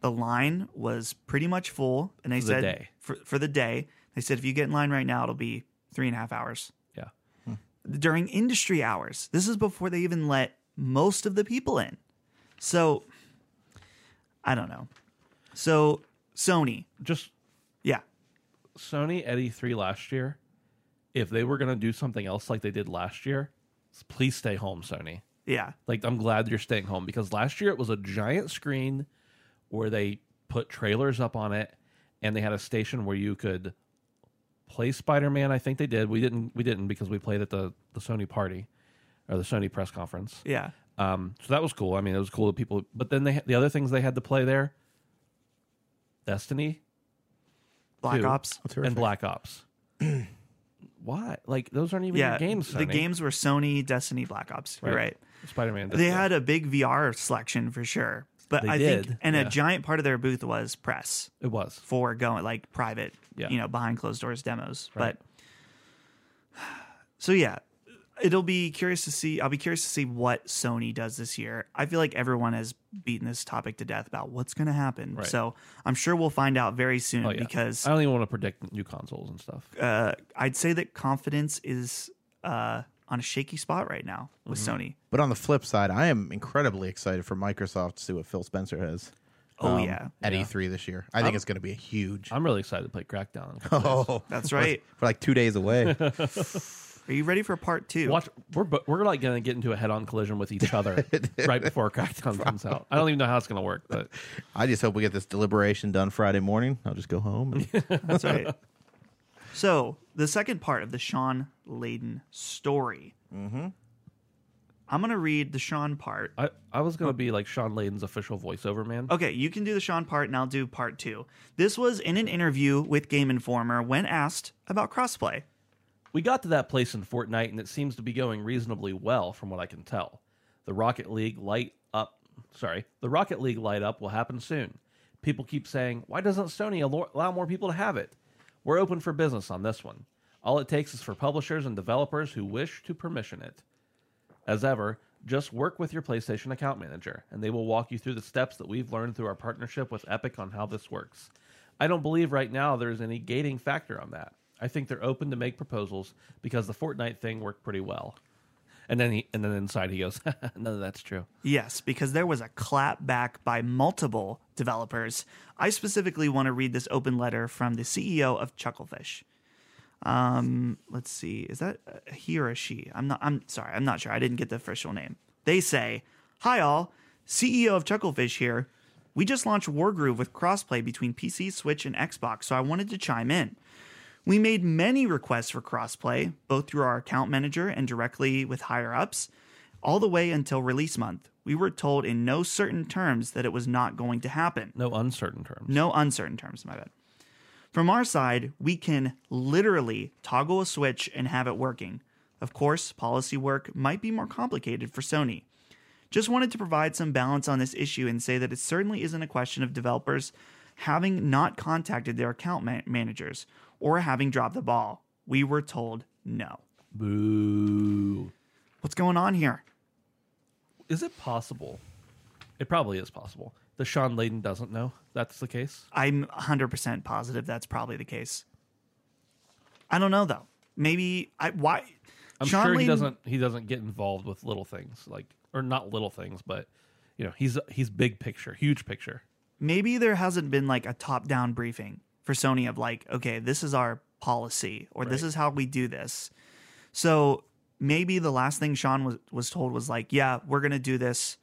the line was pretty much full and they For the said day. For, for the day they said if you get in line right now it'll be three and a half hours Yeah. during industry hours this is before they even let most of the people in so i don't know so sony Just yeah Sony at E3 last year, if they were going to do something else like they did last year, please stay home, Sony. yeah Like I'm glad you're staying home because last year it was a giant screen where they put trailers up on it and they had a station where you could play Spider-Man. I think they did. We didn't we didn't because we played at the the Sony party or the Sony press conference. yeah Um so that was cool. I mean, it was cool that people but then they the other things they had to play there Destiny Black Two. Ops. Terrific. and Black Ops. Why? Like those aren't even Yeah, your games. the games were Sony, Destiny, Black Ops. You're right. Spider Man. They had a big VR selection for sure, but They I did, think and yeah. a giant part of their booth was press it was for going like private, Yeah. you know, behind closed doors demos. Right. But so yeah, it'll be curious to see. I'll be curious to see what Sony does this year. I feel like everyone has beaten this topic to death about what's going to happen. Right. So I'm sure we'll find out very soon oh, yeah. because I don't even want to predict new consoles and stuff. uh, I'd say that confidence is uh, on a shaky spot right now with Mm-hmm. Sony. But on the flip side, I am incredibly excited for Microsoft to see what Phil Spencer has. Oh um, yeah, at E3 this year. I think it's going to be a huge. I'm really excited to play Crackdown. in a couple days. oh, that's right. we're like two days away. Are you ready for part two? Watch, we're bo- we're like gonna get into a head on collision with each other right before Crackdown comes out. I don't even know how it's gonna work, but I just hope we get this deliberation done Friday morning. I'll just go home. And That's right. so the second part of the Sean Layden story. Mm-hmm. I'm gonna read the Sean part. I, I was gonna be like Sean Layden's official voiceover man. Okay, you can do the Sean part, and I'll do part two. This was in an interview with Game Informer when asked about crossplay. We got to that place in Fortnite, and it seems to be going reasonably well, from what I can tell. The Rocket League light up, sorry, the Rocket League light up will happen soon. People keep saying, "Why doesn't Sony allo- allow more people to have it?" We're open for business on this one. All it takes is for publishers and developers who wish to permission it. As ever, just work with your PlayStation account manager, and they will walk you through the steps that we've learned through our partnership with Epic on how this works. I don't believe right now there is any gating factor on that. I think they're open to make proposals because the Fortnite thing worked pretty well. And then he, and then inside he goes, "No, that's true." Yes, because there was a clap back by multiple developers. I specifically want to read this open letter from the CEO of Chucklefish. Um, let's see, is that a he or a she? I'm not. I'm sorry, I'm not sure. I didn't get the official name. They say, "Hi all, CEO of Chucklefish here. We just launched Wargroove with crossplay between PC, Switch, and Xbox, so I wanted to chime in." We made many requests for crossplay, both through our account manager and directly with higher ups, all the way until release month. We were told in no certain terms that it was not going to happen. No uncertain terms. No uncertain terms, my bad. From our side, we can literally toggle a switch and have it working. Of course, policy work might be more complicated for Sony. Just wanted to provide some balance on this issue and say that it certainly isn't a question of developers having not contacted their account ma- managers or having dropped the ball. We were told no. Boo. What's going on here? Is it possible? It probably is possible. The Sean Layden doesn't know that's the case. I'm 100% positive that's probably the case. I don't know though. Maybe I why I'm sure he Layden- doesn't he doesn't get involved with little things like or not little things, but you know, he's he's big picture, huge picture. maybe there hasn't been like a top down briefing for Sony of like, okay, this is our policy or this is how we do this. So maybe the last thing Sean was, was told was like, yeah, we're going to do this.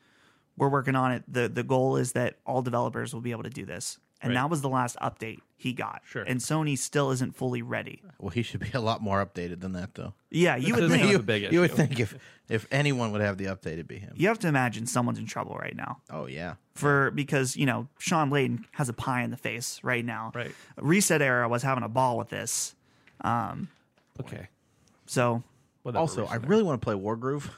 We're working on it. The the goal is that all developers will be able to do this. And Right. that was the last update he got. Sure. And Sony still isn't fully ready. well, he should be a lot more updated than that, though. Yeah, you would This is think. not You, the big You would issue. think if if anyone would have the update, it'd be him. you have to imagine someone's in trouble right now. Oh yeah, for because you know Sean Layden has a pie in the face right now. Right. Reset era was having a ball with this. Okay. So, Whatever, Also, I Reese. really want to play Wargroove.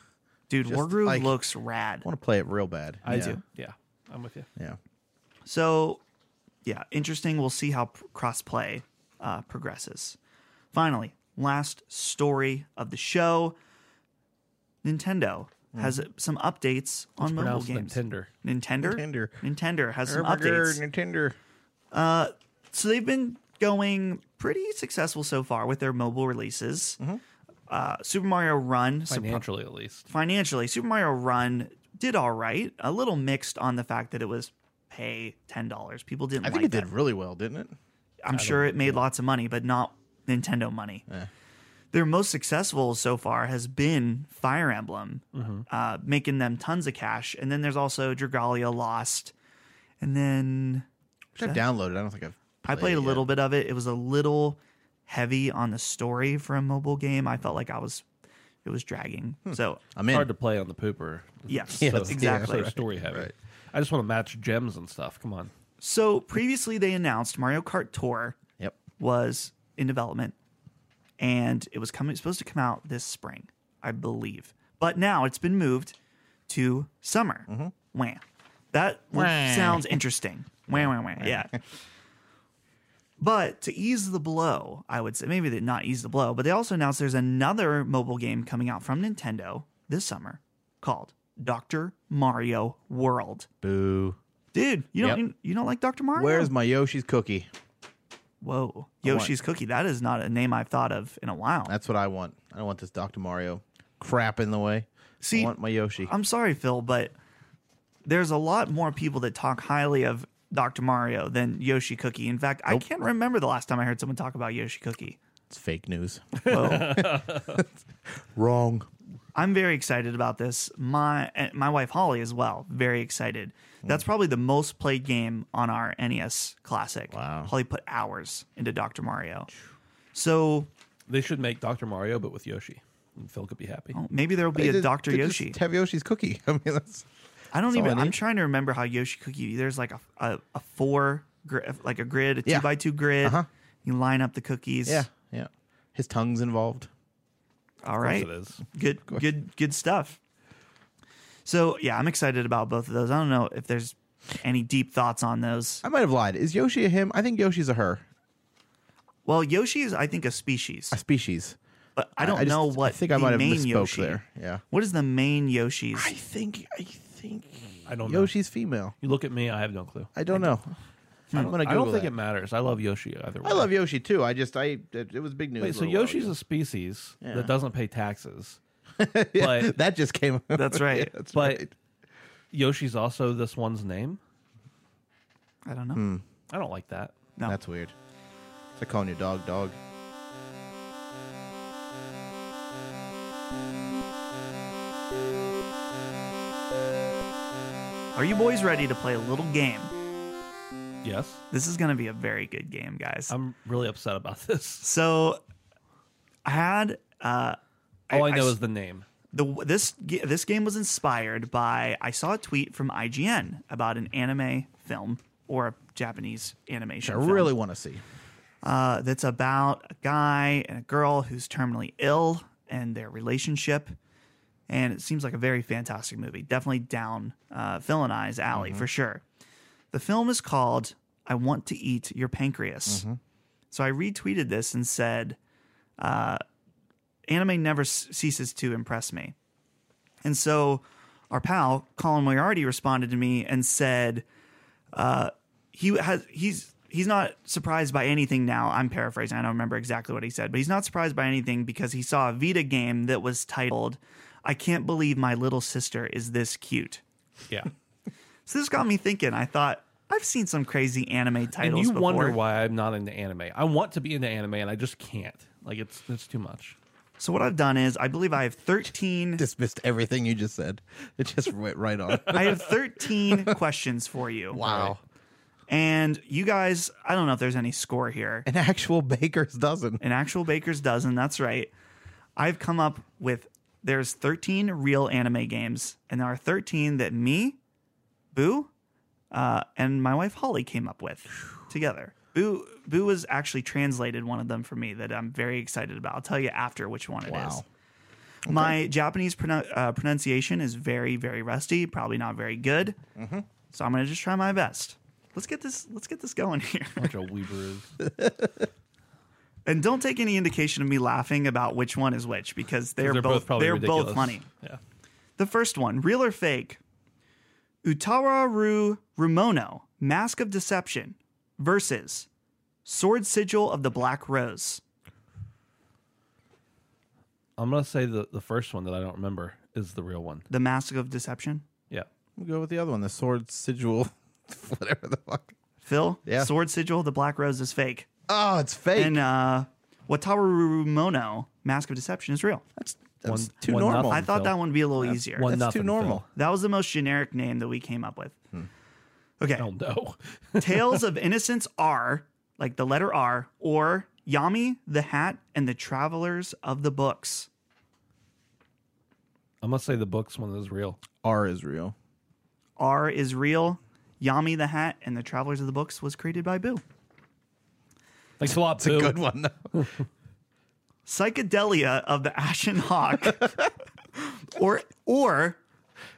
dude, Just, Wargroove like- looks rad. I want to play it real bad. I yeah. yeah, I'm with you. Yeah. So, yeah, interesting. We'll see how p- crossplay uh, progresses. Finally, last story of the show. Nintendo has Mm-hmm. some updates on mobile Pronounced games. Nintendo. Nintendo. Nintendo. Nintendo has some Burger, updates. Nintendo. so they've been going pretty successful so far with their mobile releases. Mm-hmm. Uh, Super Mario Run, surpri- Financially, at least. financially, Super Mario Run did all right. A little mixed on the fact that it was pay ten dollars. People didn't. I think like it that. did really well, didn't it? I'm sure it made lots of money, but not Nintendo money. Their most successful so far has been Fire Emblem, Mm-hmm. uh, making them tons of cash. And then there's also Dragalia Lost, and then Which I downloaded. I don't think I've. I played it a yet. little bit of it. It was a little heavy on the story for a mobile game. I felt like I was it was dragging. So I'm in. Hard to play on the pooper. yes, Hmm. Yeah, that's- exactly. so story heavy. right. I just want to match gems and stuff. Come on. So previously they announced Mario Kart Tour Yep. was in development and it was coming supposed to come out this spring, I believe. But now it's been moved to summer. Mm-hmm. Wham. That one Wah. sounds interesting. Wham, wham, wham. Yeah. But to ease the blow, I would say maybe they not ease the blow, but they also announced there's another mobile game coming out from Nintendo this summer called Dr. Mario World. Boo. Dude, you don't Yep. you don't like Dr. Mario? Where's my Yoshi's cookie? Whoa, Yoshi's Cookie. That is not a name I've thought of in a while. That's what I want. I don't want this Dr. Mario crap in the way. See, uh, I want my Yoshi. I'm sorry, Phil, but there's a lot more people that talk highly of Dr. Mario than Yoshi Cookie. In fact, I can't remember the last time I heard someone talk about Yoshi Cookie. it's fake news. Whoa. Wrong. I'm very excited about this. My and my wife Holly as well, very excited. Hmm. That's probably the most played game on our NES Classic. Wow. Holly put hours into Dr. Mario. So They should make Dr. Mario, but with Yoshi. And Phil could be happy. maybe there will be They a just- Dr. they just Yoshi. Have Yoshi's cookie. I mean, that's I don't That's all even. I I'm need. trying to remember how Yoshi Cookie. There's like a a, a four gri- like a grid, a two Yeah. Uh-huh. by two grid. You line up the cookies. yeah, yeah. His tongue's involved. All Of course right. It is. Good. Good. Good stuff. So yeah, I'm excited about both of those. I don't know if there's any deep thoughts on those. I might have lied. Is Yoshi a him? I think Yoshi's a her. Well, Yoshi is I think a species, A species. but I don't just- know what I think the I might have main misspoke Yoshi. there. Yeah. What is the main Yoshi's? I think. I think. I don't know. Yoshi's female. You look at me, I have no clue. I don't know. I'm gonna Hmm. I don't Google think that. it matters. I love Yoshi either way. I love Yoshi too. I just I it, it was big news. Wait, so little while Yoshi's ago. a species Yeah. that doesn't pay taxes. Yeah, but- that just came. That's right. Yeah, that's But- right. Yoshi's also this one's name. I don't know. Hmm. I don't like that. No. That's weird. It's like calling your dog dog. Are you boys ready to play a little game? Yes. This is going to be a very good game, guys. I'm really upset about this. so I had uh, All I, know s- is the name. the this ge- this game was inspired by I saw a tweet from IGN about an anime film or a Japanese animation. I film, really want to see. uh, that's about a guy and a girl who's terminally ill and their relationship. And it seems like a very fantastic movie. Definitely down uh, Phil and I's alley for sure. The film is called "I Want to Eat Your Pancreas." So I retweeted this and said, uh, "Anime never s- ceases to impress me." And so our pal Colin Moriarty responded to me and said, he has he's he's not surprised by anything now. I'm paraphrasing. I don't remember exactly what he said, but he's not surprised by anything because he saw a Vita game that was titled "I Can't Believe My Little Sister Is This Cute." Yeah. So this got me thinking. I thought I've seen some crazy anime and titles. you before. wonder why I'm not into anime. I want to be into anime and I just can't. Like it's it's too much. So what I've done is I believe I have 13 Dismissed everything you just said. It just went right on. I have 13 questions for you. Wow. And you guys, I don't know if there's any score here. An actual baker's dozen. an actual baker's dozen. That's right. I've come up with there's 13 real anime games, and there are 13 that me, Boo, uh, and my wife Holly came up with together. Boo, Boo has actually translated one of them for me that I'm very excited about. I'll tell you after which one it is. Wow. My Japanese pronou- uh, pronunciation is very, very rusty. Probably not very good. Mm-hmm. So I'm gonna just try my best. Let's get this. Let's get this going here. Bunch of weeberoos. And don't take any indication of me laughing about which one is which because they're, They're both, both probably they're ridiculous. both funny. Yeah. The first one, real or fake? Utararu Rumono, Mask of Deception versus Sword Sigil of the Black Rose. I'm gonna say the, the first one that I don't remember is the real one. The Mask of Deception. Yeah. We'll go with the other one, the sword sigil, whatever the fuck. Phil, Yeah. Sword Sigil of the Black Rose is fake. Oh, it's fake. And uh, Wataru Rumono, Mask of Deception is real. that's One- that's too one normal. nothing. I thought Phil. that one would be a little easier. One That's nothing, too normal. That was the most generic name that we came up with. Okay. Phil. Oh no. Tales of Innocence R, like the letter R, or Yami, the Hat, and the Travelers of the Books. I'm gonna say the books one is real. R is real. R is real. Yami the Hat and the Travelers of the Books was created by Boo. Thanks a lot, It's a good one though. Psychedelia of the Ashen Hawk, or or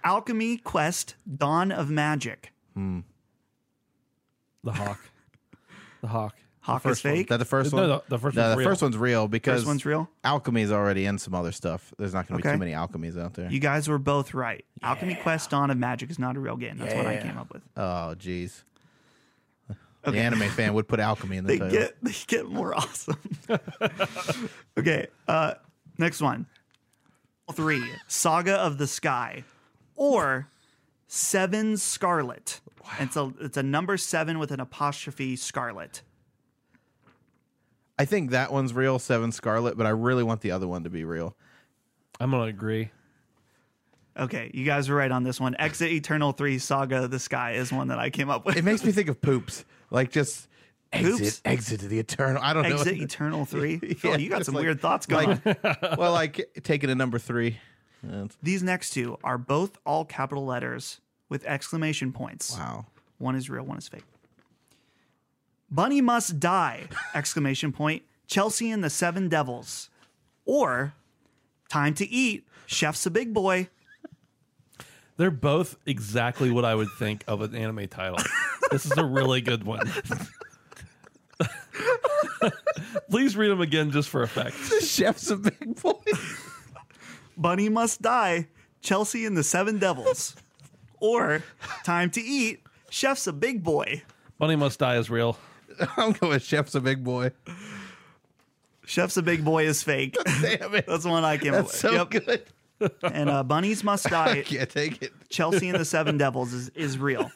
Alchemy Quest: Dawn of Magic. The hawk. The hawk. Hawk the is first one. fake. that the first No, one? the- the first no, one's the real. first one's real because First one's real. alchemy is already in some other stuff. There's not going to be Okay. too many alchemies out there. You guys were both right. Alchemy Quest: Dawn of Magic is not a real game. That's what I Yeah. came up with. oh, jeez. The anime fan would put alchemy in the They title. get they get more awesome. okay, uh, next one. Three Saga of the Sky, or Seven Scarlet. And It's a it's a number seven with an apostrophe Scarlet. I think that one's real, Seven Scarlet, but I really want the other one to be real. I'm gonna agree. Okay, you guys were right on this one. Exit Eternal 3 Saga of the Sky is one that I came up with. It makes me think of poops, like just Poops? exit, exit to the eternal. I don't Exit know. Eternal 3? Phil, Yeah, you got just some like- weird thoughts going on. like, well, like taking a number three. That's- These next two are both all capital letters with exclamation points. wow. One is real, one is fake. Bunny must die! Exclamation point. Chelsea and the Seven Devils. Or Time to Eat. Chef's a big boy. They're both exactly what I would think of an anime title. this is a really good one. Please read them again just for effect. The chef's a big boy. Bunny must die. Chelsea and the Seven Devils. or Time to Eat. Chef's a big boy. Bunny Must Die is real. I'm going with chef's a big boy. Chef's a big boy is fake. Damn it. That's the one I came up with. That's so yep. good. And uh, bunnies must die. Can't take it. Chelsea and the Seven Devils is, is real.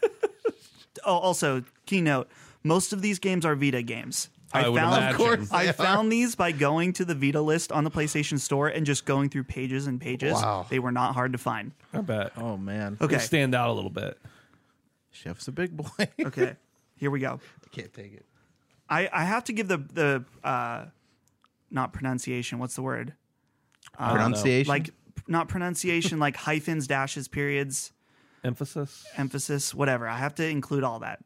Oh, also keynote: most of these games are Vita games. I would found, imagine. Of course I they are. found these by going to the Vita list on the PlayStation Store and just going through pages and pages. Wow. They were not hard to find. I bet. Oh, man. Okay. They stand out a little bit. Chef's a big boy. Okay. Here we go. Can't take it. I, I have to give the the uh, not pronunciation. What's the word? Pronunciation. Like not pronunciation. like hyphens, dashes, periods. Emphasis. emphasis, whatever. I have to include all that.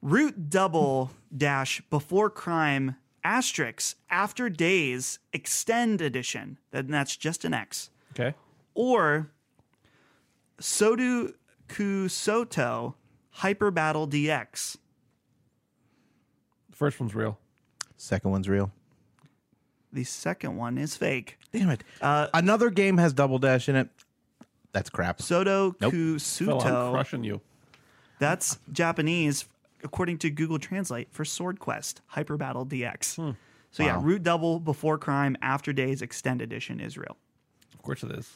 Root double dash before crime asterisk after days extend edition. Then that's just an X. Okay. Or Sodu Kusoto Hyper Battle DX. First one's real. Second one's real. The second one is fake. Damn it. Another game has double dash in it. That's crap. Sodo Nope. Phil, I'm Kusuto. crushing you. That's Japanese, according to Google Translate, for Sword Quest Hyper Battle DX. So yeah, Wow. root double before crime after days extend edition is real. Of course it is.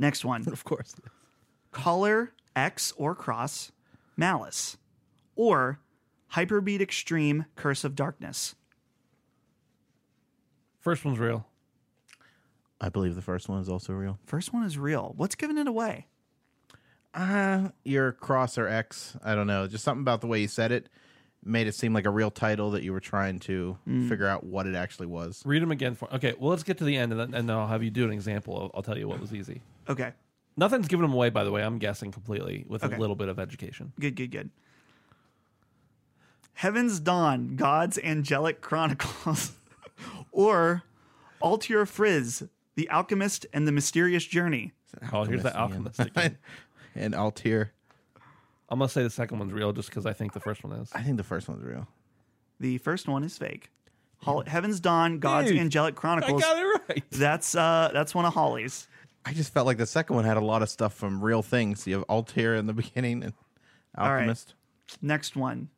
Next one. of course. Color X or cross malice or hyperbeat extreme curse of darkness. First one's real. I believe the first one is also real. First one is real. What's giving it away? Uh, your cross or X, I don't know. Just something about the way you said it made it seem like a real title that you were trying to figure out what it actually was. Read them again for. Okay. Well, let's get to the end, and then, and then I'll have you do an example. I'll, I'll tell you what was easy. Okay. Nothing's given them away, by the way. I'm guessing completely with Okay. a little bit of education. Good, good, good. Heaven's Dawn, God's Angelic Chronicles or Altier Frizz, The Alchemist and the Mysterious Journey. Oh, here's the alchemist again. and Altir. I'm gonna say the second one's real just because I think the first one is. I think the first one's real. The first one is fake. Hol- Heaven's Dawn, God's Dude, Angelic Chronicles. it right. That's uh that's one of Holly's. I just felt like the second one had a lot of stuff from real things. You have Altir in the beginning and right. Alchemist. Next one.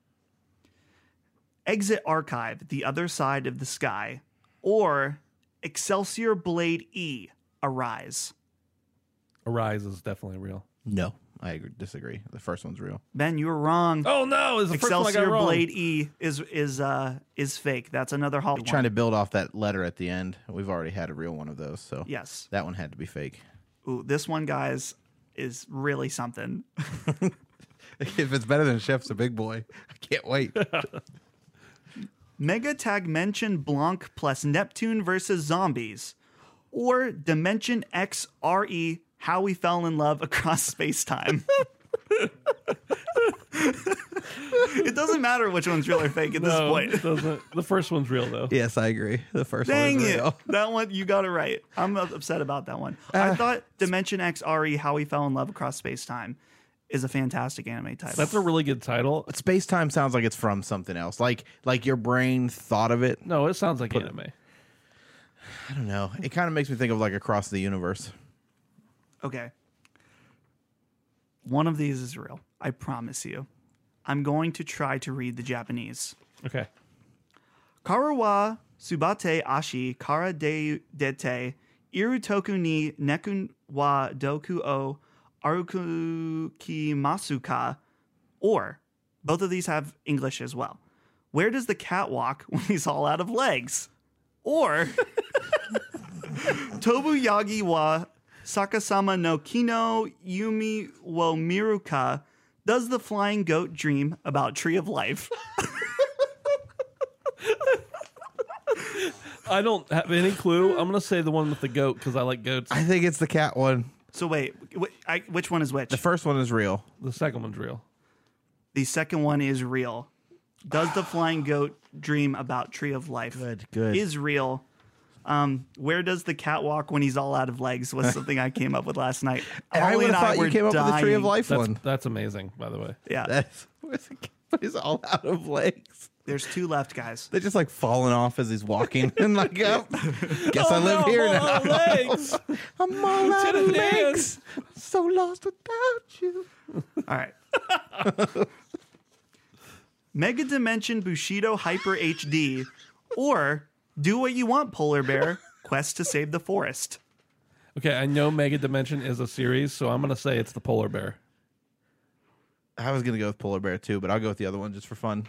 Exit Archive, The Other Side of the Sky, or Excelsior Blade E, Arise. Arise is definitely real. No, I agree, disagree. The first one's real. Ben, you were wrong. Oh no! Is the first one I Excelsior got wrong. Blade E is is uh is fake. That's another Holly Trying one. to build off that letter at the end. We've already had a real one of those, so Yes. that one had to be fake. Ooh, this one, guys, is really something. if it's better than Chef's a big boy, I can't wait. Mega Tag Mention Blanc plus Neptune versus Zombies, or Dimension X R E How We Fell in Love Across Space Time. doesn't matter which one's real or fake at No, this it point. doesn't. The first one's real though. Yes, I agree. The first Dang one is it. real. That one, you got it right. I'm upset about that one. I thought Dimension X RE How We Fell in Love Across Space Time is a fantastic anime title. That's a really good title. Space time sounds like it's from something else. Like like your brain thought of it. No, it sounds like anime. I don't know. It kind of makes me think of like across the universe. Okay. One of these is real. I promise you. I'm going to try to read the Japanese. Okay. Karawa Subate Ashi Kara de Dete Irutoku ni Nekun wa Doku o Arukuki Masuka or both of these have English as well. Where does the cat walk when he's all out of legs? Or Tobuyagi wa Sakasama no Kino Yumi wo Miruka does the flying goat dream about Tree of Life? I don't have any clue. I'm gonna say the one with the goat because I like goats. I think it's the cat one. So wait, wh- I, which one is which? The first one is real. The second one's real. The second one is real. Does the flying goat dream about Tree of Life? Good, good. Is real. Um, where does the cat walk when he's all out of legs? Was something I came up with last night. And I Ollie would and have thought you were came up with the tree of dying. life That's one. that's amazing. By the way, Yeah, That's where the cat is all out of legs. there's two left, guys. They're just like falling off as he's walking and like, yep. guess I live no, here I'm all now. out of Oh, legs. Oh, I'm all out the of dance. legs. So lost without you. All right. Mega Dimension Bushido Hyper HD, or do what you want, Polar Bear. Quest to save the forest. okay, I know Mega Dimension is a series, so I'm gonna say it's the polar bear. I was gonna go with polar bear too, but I'll go with the other one just for fun.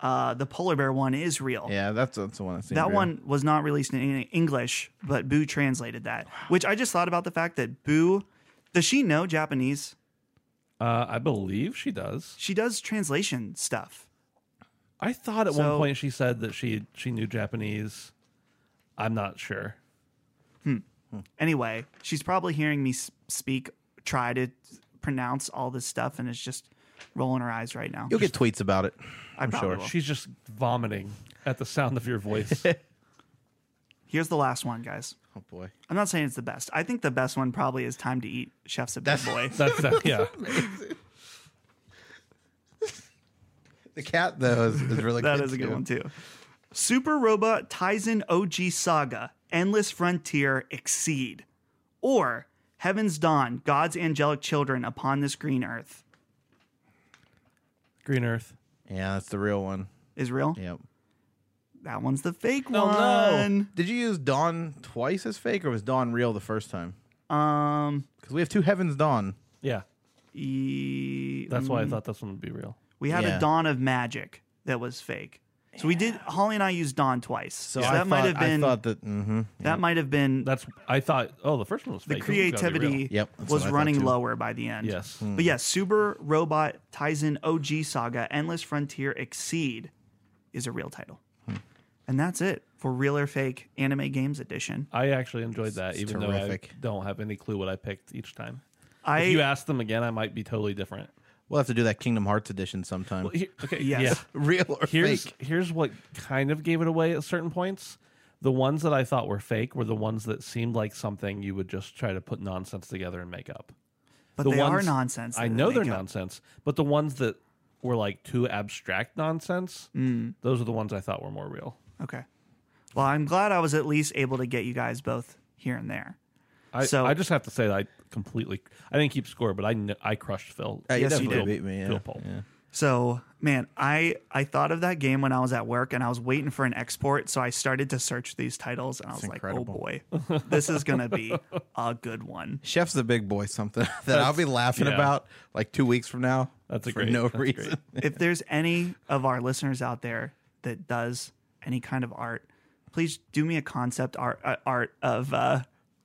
Uh, the polar bear one is real. Yeah, that's, that's the one I seen. That real. one was not released in Eng- English, but Boo translated that. Which I just thought about the fact that Boo, does she know Japanese? Uh, I believe she does. She does translation stuff. I thought at So- one point she said that she she knew Japanese. I'm not sure. Anyway, she's probably hearing me s- speak, try to pronounce all this stuff, and is just rolling her eyes right now. You'll get tweets about it. I I'm probably sure. will. She's just vomiting at the sound of your voice. Here's the last one, guys. Oh boy. I'm not saying it's the best. I think the best one probably is Time to Eat. Chef's a bad boy. That's that, yeah. The cat though is, is really That good is a good too. one too. Super Robot Tizen OG Saga Endless Frontier Exceed or Heaven's Dawn God's Angelic Children Upon This Green Earth Green Earth. Yeah, that's the real one. is real. Yep. That one's the fake one. Oh, no. Did you use Dawn twice as fake, or was Dawn real the first time? Um Because we have two Heavens Dawn. Yeah. e- That's why I thought this one would be real. we had Yeah. a Dawn of Magic that was fake. So we did Holly and I used Dawn twice. So, So I that might thought- have been I thought that. Mm-hmm. that might have been That's I thought. Oh, the first one was the fake. This one's gotta be real. creativity Yep, that's was what I thought running too. Hmm. lower by the end. Yes. But yeah, Super Robot Tizen OG Saga Endless Frontier Exceed is a real title. Hmm. And that's it for Real or Fake Anime Games Edition. I actually enjoyed that, even terrific. though I don't have any clue what I picked each time. I if you ask them again, I might be totally different. We'll have to do that Kingdom Hearts edition sometime. Well, he- okay. Yes. Yeah. real or Here's fake? here's what kind of gave it away at certain points. The ones that I thought were fake were the ones that seemed like something you would just try to put nonsense together and make up. but the they ones, are nonsense. I that know they they're make up. nonsense, but the ones that were like too abstract nonsense, Mm. those are the ones I thought were more real. Okay. Well, I'm glad I was at least able to get you guys both here and there. I, So- I just have to say that I completely I didn't keep score, but I kn- I crushed Phil. Uh, yes, you definitely did. beat me. Phil Yeah. Pohl. So, man, I I thought of that game when I was at work and I was waiting for an export, so I started to search these titles and I was incredible. like, "Oh boy, this is going to be a good one." Chef's the big boy. Something that I'll be laughing yeah. about like two weeks from now. That's a for great- no that's great. reason. if there's any of our listeners out there that does any kind of art, please do me a concept art uh, art of uh,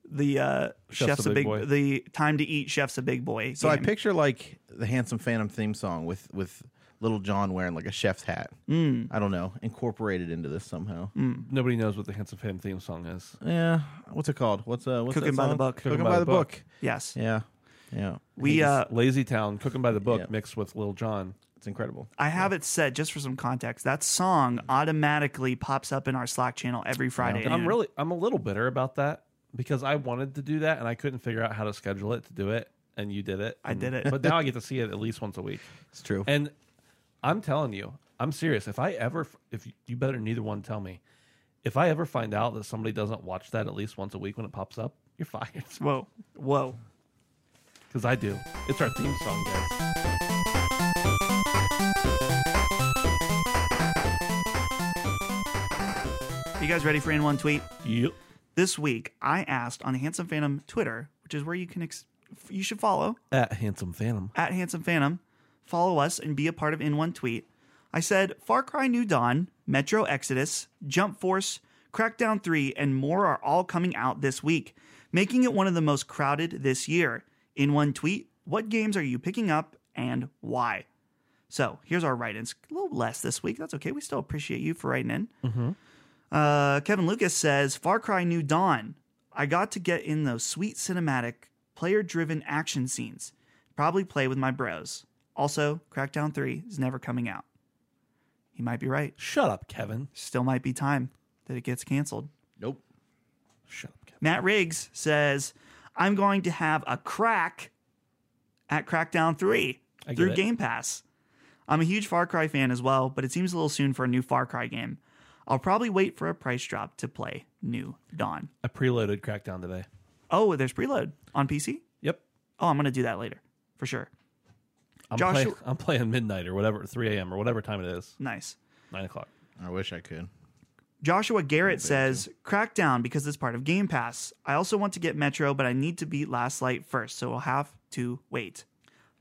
the uh, chef's, a big, boy. the time to eat chef's a big boy. So I game. picture like the Handsome Phantom theme song with with Little John wearing like a chef's hat. Mm. I don't know, incorporated into this somehow. Nobody knows what the Handsome Phantom theme song is. Yeah, what's it called? What's uh, what's that Cooking by the song? Book. Cooking, by, the book. yes, Yeah, yeah. we uh, Lazy Town, cooking by the book, Yeah. mixed with Lil Jon. It's incredible. I have it set just for some context. That song automatically pops up in our Slack channel every Friday. I'm noon. really I'm a little bitter about that because I wanted to do that and I couldn't figure out how to schedule it to do it and you did it. I did it. But now I get to see it at least once a week. It's true. And I'm telling you, I'm serious. If I ever if you- you better neither one tell me. If I ever find out that somebody doesn't watch that at least once a week when it pops up, you're fired. whoa, whoa. Because I do. It's our theme song, guys. You guys ready for in one tweet? Yep. This week, I asked on Handsome Phantom Twitter, which is where you can ex- you should follow At Handsome Phantom. at Handsome Phantom, follow us and be a part of In One Tweet. I said Far Cry New Dawn, Metro Exodus, Jump Force, Crackdown 3, and more are all coming out this week, making it one of the most crowded this year. In one tweet, what games are you picking up and why? So here's our write ins. A little less this week. That's okay. We still appreciate you for writing in. Uh, Kevin Lucas says Far Cry New Dawn. I got to get in those sweet cinematic, player driven action scenes. Probably play with my bros. Also, Crackdown 3 is never coming out. He might be right. Shut up, Kevin. Still might be time that it gets canceled. Nope. Shut up, Kevin. Matt Riggs says, I'm going to have a crack at Crackdown 3 I get through it. Game Pass. I'm a huge Far Cry fan as well, but it seems a little soon for a new Far Cry game. I'll probably wait for a price drop to play New Dawn. I preloaded Crackdown today. Oh, there's preload on PC? Yep. Oh, I'm going to do that later for sure. I'm, Joshua- playing, I'm playing midnight or whatever, 3 a.m. or whatever time it is, Nice. 9 o'clock. I wish I could. Joshua Garrett says, Crackdown because it's part of Game Pass. I also want to get Metro, but I need to beat Last Light first, so we'll have to wait.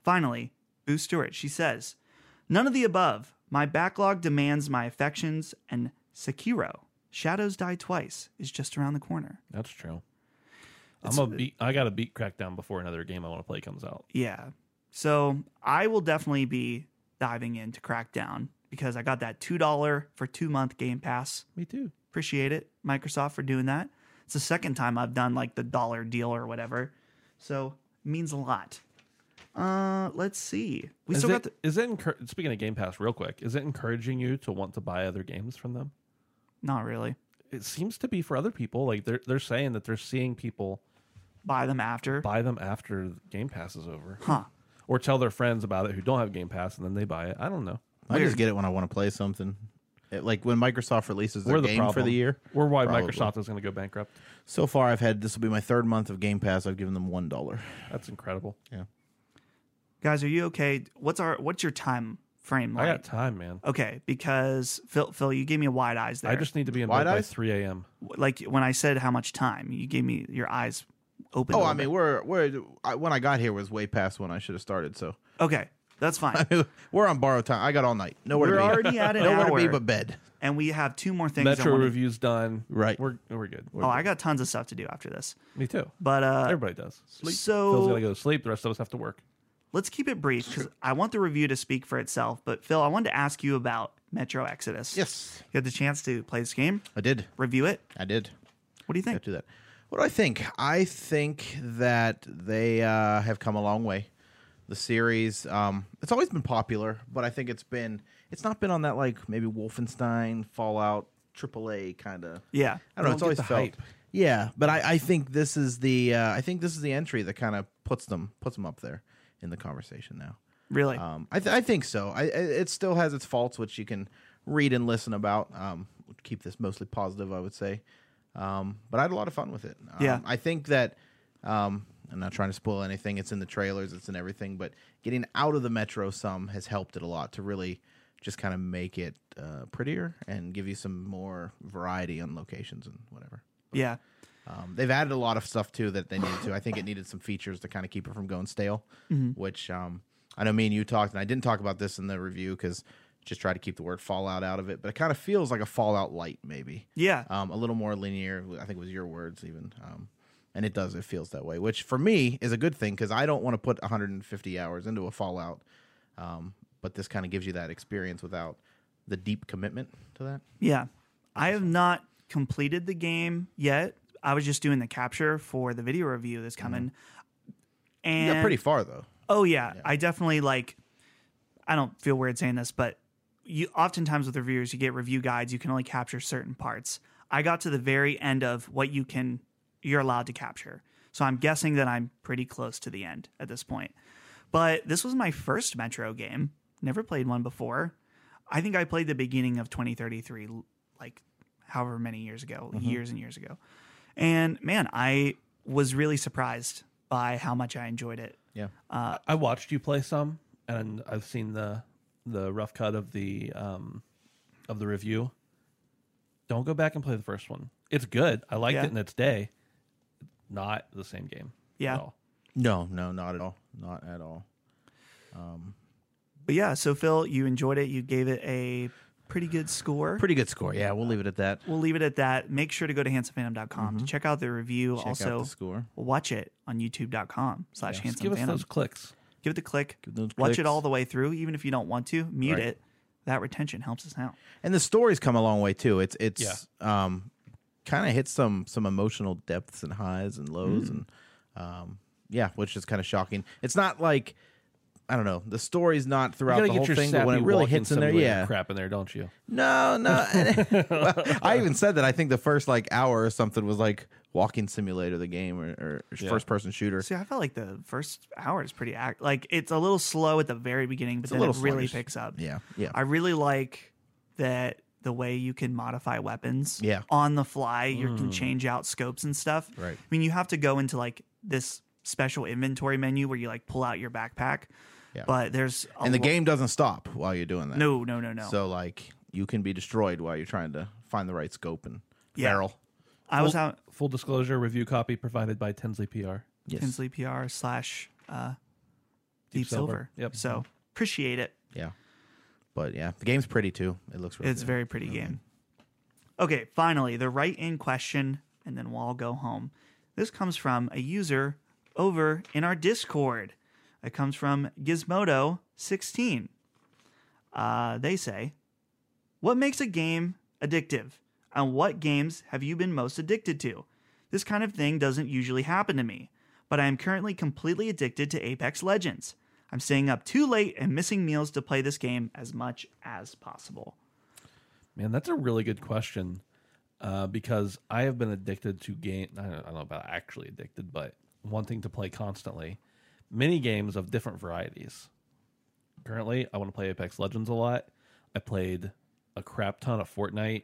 Finally, Boo Stewart, she says, None of the above. My backlog demands my affections, and Sekiro, Shadows Die Twice, is just around the corner. That's true. I'm a beat. I gotta beat Crackdown before another game I want to play comes out. Yeah. So I will definitely be diving into Crackdown because I got that $2 for two month Game Pass. Me too. appreciate it microsoft for doing that it's the second time i've done like the dollar deal or whatever so it means a lot uh let's see we Is still it, got the is it encour- speaking of Game Pass, real quick? Is it encouraging you to want to buy other games from them? not really It seems to be for other people. Like they're they're saying that they're seeing people buy them after buy them after Game Pass is over, huh or tell their friends about it who don't have Game Pass and then they buy it. I don't know. I just get it when I want to play something. It- like when Microsoft releases their We're the game problem for the year. We're why Probably. Microsoft is going to go bankrupt. So far, I've had this will be my third month of Game Pass. I've given them one dollar. That's incredible. guys are you okay what's our what's your time frame I like got time, man. okay because phil phil you gave me a wide eyes there I just need to be in Wide bed by eyes? 3 a.m. like when i said how much time you gave me your eyes open a Oh, little I mean, we're we're I, when I got here was way past when I should have started. So bit. okay that's fine we're on borrowed time. I got all night. Nowhere we're to be. already at an Nowhere hour to be but bed. and we have two more things I Metro wanna- review's done. Right. We're we're good. oh i got tons of stuff to do after this Me too. but uh Everybody does. Sleep. so- Phil's gotta go to sleep. The rest of us have to work. let's keep it brief because I want the review to speak for itself. But Phil, I wanted to ask you about Metro Exodus. Yes, You had the chance to play this game, I did. review it. I did. What do you think? do that. What do I think? I think that they uh, have come a long way. The series, um, it's always been popular, but I think it's been it's not been on that like maybe Wolfenstein, Fallout, AAA kind of. Yeah. I don't know. It's don't always get the felt. hype. Yeah, but I, I think this is the uh, I think this is the entry that kind of puts them puts them up there in the conversation now. Really? Um, I, th- I think so. I, I it still has its faults, which you can read and listen about. Um, would keep this mostly positive, I would say. Um, but I had a lot of fun with it. Um, Yeah. I think that um, I'm not trying to spoil anything. It's in the trailers. It's in everything. But getting out of the metro some has helped it a lot to really just kind of make it uh, prettier and give you some more variety on locations and whatever. yeah. Um, they've added a lot of stuff too that they needed to. I think it needed some features to kind of keep it from going stale, Mm-hmm. which um, I know me and you talked, and I didn't talk about this in the review because just try to keep the word Fallout out of it. But it kind of feels like a Fallout light, maybe Yeah. um, a little more linear. I think it was your words even, um, and it does. It feels that way, which for me is a good thing because I don't want to put 150 hours into a Fallout. Um, but this kind of gives you that experience without the deep commitment to that. Yeah. I have not completed the game yet. I was just doing the capture for the video review that's coming. You And got pretty far though. Oh yeah, I definitely like I don't feel weird saying this, but you oftentimes with reviewers, you get review guides. You can only capture certain parts. I got to the very end of what you can you're allowed to capture. So I'm guessing that I'm pretty close to the end at this point. But this was my first Metro game. Never played one before. I think I played the beginning of 2033 like however many years ago, years and years ago. And man, I was really surprised by how much I enjoyed it. Yeah. Uh, I watched you play some, and I've seen the the rough cut of the um, of the review. Don't go back and play the first one. It's good. I liked Yeah. it in its day. Not the same game. Yeah. At all. No, no, not at all. Not at all. But yeah, so Phil, you enjoyed it. You gave it a pretty good score. Pretty good score. Yeah, we'll leave it at that. we'll leave it at that. Make sure to go to handsomephantom.com to check out the review. Mm-hmm. Check also, out the score. watch it on youtube.com slash Just give us handsomephantom. those clicks. Give it the click. those watch it clicks. all the way through, even if you don't want to. Mute Right. it. That retention helps us out. And the story's come a long way too. It's it's um kind of hits some some emotional depths and highs and lows Mm-hmm. and um yeah, which is kind of shocking. It's not like I don't know. The story's not You throughout gotta the get whole your thing, sappy but when it really walking hits in there, simulator yeah. crap in there, don't you? No, no. Well, I even said that. I think the first like hour or something was like walking simulator, the game or, or first person shooter. See, I felt like the first hour is pretty act like it's a little slow at the very beginning, but a then it little really sluggish. picks up. Yeah, yeah. I really like that the way you can modify weapons Yeah. on the fly. You Hmm. can change out scopes and stuff. Right. I mean, you have to go into like this special inventory menu where you like pull out your backpack. Yeah. But there's a and the lo- game doesn't stop while you're doing that. No, no, no, no. So like you can be destroyed while you're trying to find the right scope and Yeah. barrel. I was Full- out Full disclosure: review copy provided by Tinsley PR. Yes. Tinsley PR slash uh, Deep, Silver. Silver. Yep. So appreciate it. Yeah. But yeah, the game's pretty too. It looks really It's a good. very pretty game. Okay, finally, the right in question, and then we'll all go home. This comes from a user over in our Discord. It comes from Gizmodo16. Uh, they say, What makes a game addictive? And what games have you been most addicted to? This kind of thing doesn't usually happen to me, but I am currently completely addicted to Apex Legends. I'm staying up too late and missing meals to play this game as much as possible. Man, that's a really good question uh, because I have been addicted to game. I don't, I don't know about actually addicted, but wanting to play constantly mini games of different varieties. Currently, I want to play Apex Legends a lot. I played a crap ton of Fortnite.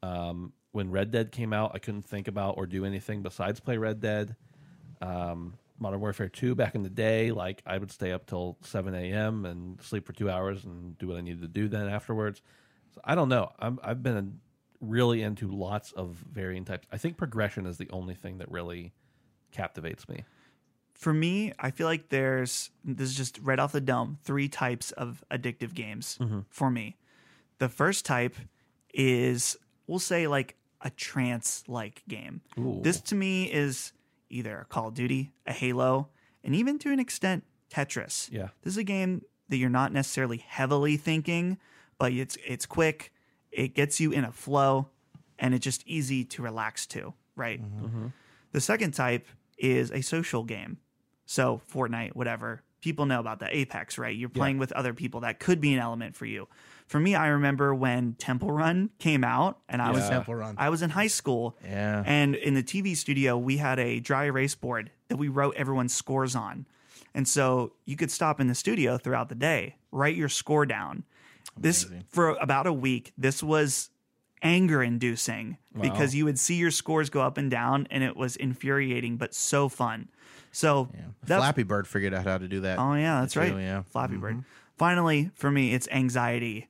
Um, when Red Dead came out, I couldn't think about or do anything besides play Red Dead. Um, Modern Warfare 2 back in the day, like I would stay up till 7 a.m. and sleep for two hours and do what I needed to do then afterwards. So I don't know. I'm, I've been really into lots of varying types. I think progression is the only thing that really captivates me. for me, I feel like there's this is just right off the dome three types of addictive games Mm-hmm. for me. The first type is we'll say like a trance like game. Ooh. This to me is either a Call of Duty, a Halo, and even to an extent Tetris. Yeah. This is a game that you're not necessarily heavily thinking, but it's it's quick, it gets you in a flow, and it's just easy to relax to, right? Mm-hmm. The second type is a social game. So Fortnite, whatever. People know about the Apex, right? You're playing with other people. That could be an element for you. For me, I remember when Temple Run came out and I was Yeah. Temple Run. I was in high school. Yeah. And in the TV studio, we had a dry erase board that we wrote everyone's scores on. And so you could stop in the studio throughout the day, write your score down. This for about a week, this was anger inducing because you would see your scores go up and down and it was infuriating but so fun. So that's Flappy Bird figured out how to do that. Oh yeah, that's too, right. yeah. Mm-hmm. Flappy Bird. Finally, for me, it's anxiety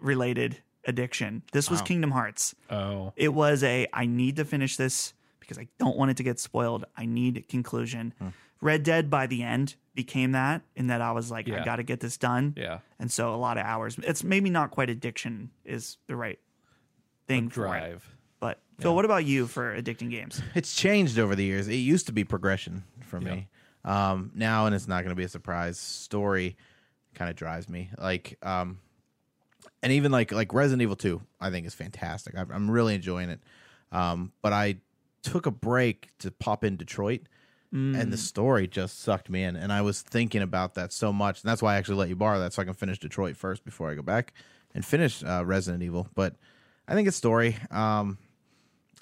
related addiction. This was Kingdom Hearts. Oh, It was a I need to finish this because I don't want it to get spoiled. I need conclusion. Hmm. Red Dead by the end became that in that I was like I Yeah. got to get this done. yeah. And so a lot of hours. It's maybe not quite addiction is the right thing for it. Drive. But Phil, what about you for addicting games? It's changed over the years. It used to be progression for me. Um, now, and it's not going to be a surprise. Story kind of drives me. Like, um, and even like like Resident Evil Two, I think is fantastic. I'm, I'm really enjoying it. Um, but I took a break to pop in Detroit and the story just sucked me in. And I was thinking about that so much, and that's why I actually let you borrow that so I can finish Detroit first before I go back and finish uh, Resident Evil. But I think it's story. Um,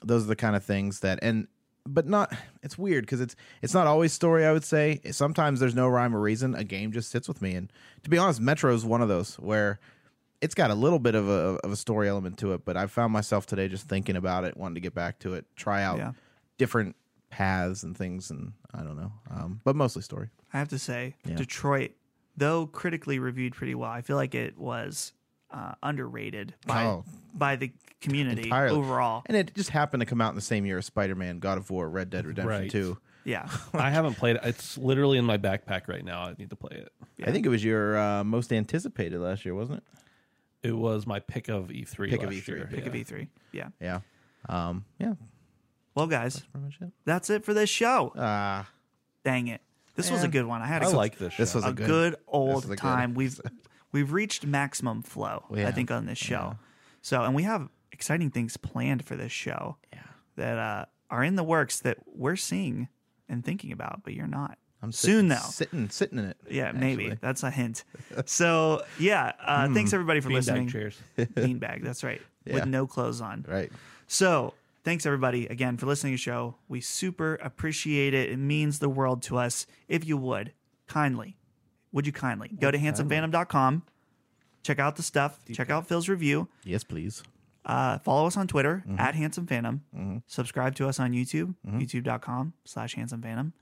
those are the kind of things that and but not it's weird because it's it's not always story i would say sometimes there's no rhyme or reason a game just sits with me and to be honest metro's one of those where it's got a little bit of a of a story element to it but i found myself today just thinking about it wanting to get back to it try out Yeah. different paths and things and i don't know um, but mostly story I have to say, Detroit, though critically reviewed pretty well, I feel like it was uh, underrated by Oh. by the community Entirely. overall. and it just happened to come out in the same year as spider-man god of war red dead redemption Right. 2 Yeah, I haven't played it. It's literally in my backpack right now. I need to play it. i think it was your uh, most anticipated last year wasn't it It was my pick of E3. Pick of E last E3, year, pick pick yeah. of E3. Yeah. yeah um, yeah Well, guys, pretty much it that's it for this show. Ah, Dang it, this was a Man. good one. I had I a, like this. This show. was a a good, good- old this is a good- time. We've we've reached maximum flow. We I have, think on this show. So, and we have exciting things planned for this show. Yeah. That uh, are in the works that we're seeing and thinking about, but you're not. I'm soon sitting, though. Sitting, sitting in it. Yeah, maybe actually. Hmm. that's a hint. So yeah, uh, thanks everybody for Beanbag listening. chairs. Beanbag, that's right, with Yeah. no clothes on. Right. So thanks everybody again for listening to the show. We super appreciate it. It means the world to us. If you would kindly, would you kindly go to handsomephantom.com, check out the stuff, check out Phil's review, Yes, please. uh, follow us on Twitter at handsomephantom, Mm-hmm. subscribe to us on YouTube, youtube.com slash handsomephantom,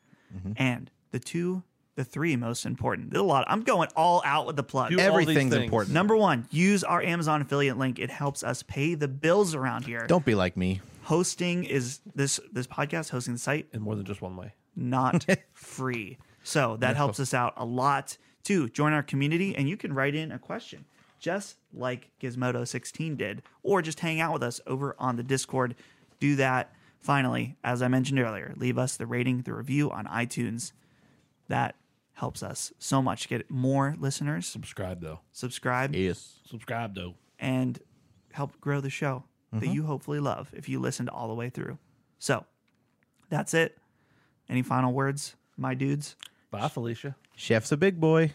and the two. The three most important. There's a lot. I'm going all out with the plug. Do all these Everything's things. important. Number one, use our Amazon affiliate link. It helps us pay the bills around here. Don't be like me. Hosting is this this podcast hosting the site in more than just one way. not free, so that helps us out a lot. Two, join our community, and you can write in a question, just like Gizmodo16 did, or just hang out with us over on the Discord. Do that. Finally, as I mentioned earlier, leave us the rating, the review on iTunes. That helps us so much. Get more listeners. Subscribe though. Subscribe Yes. Subscribe though. and help grow the show that you hopefully love if you listened all the way through. So that's it. Any final words, my dudes? Bye, Felicia. Chef's a big boy.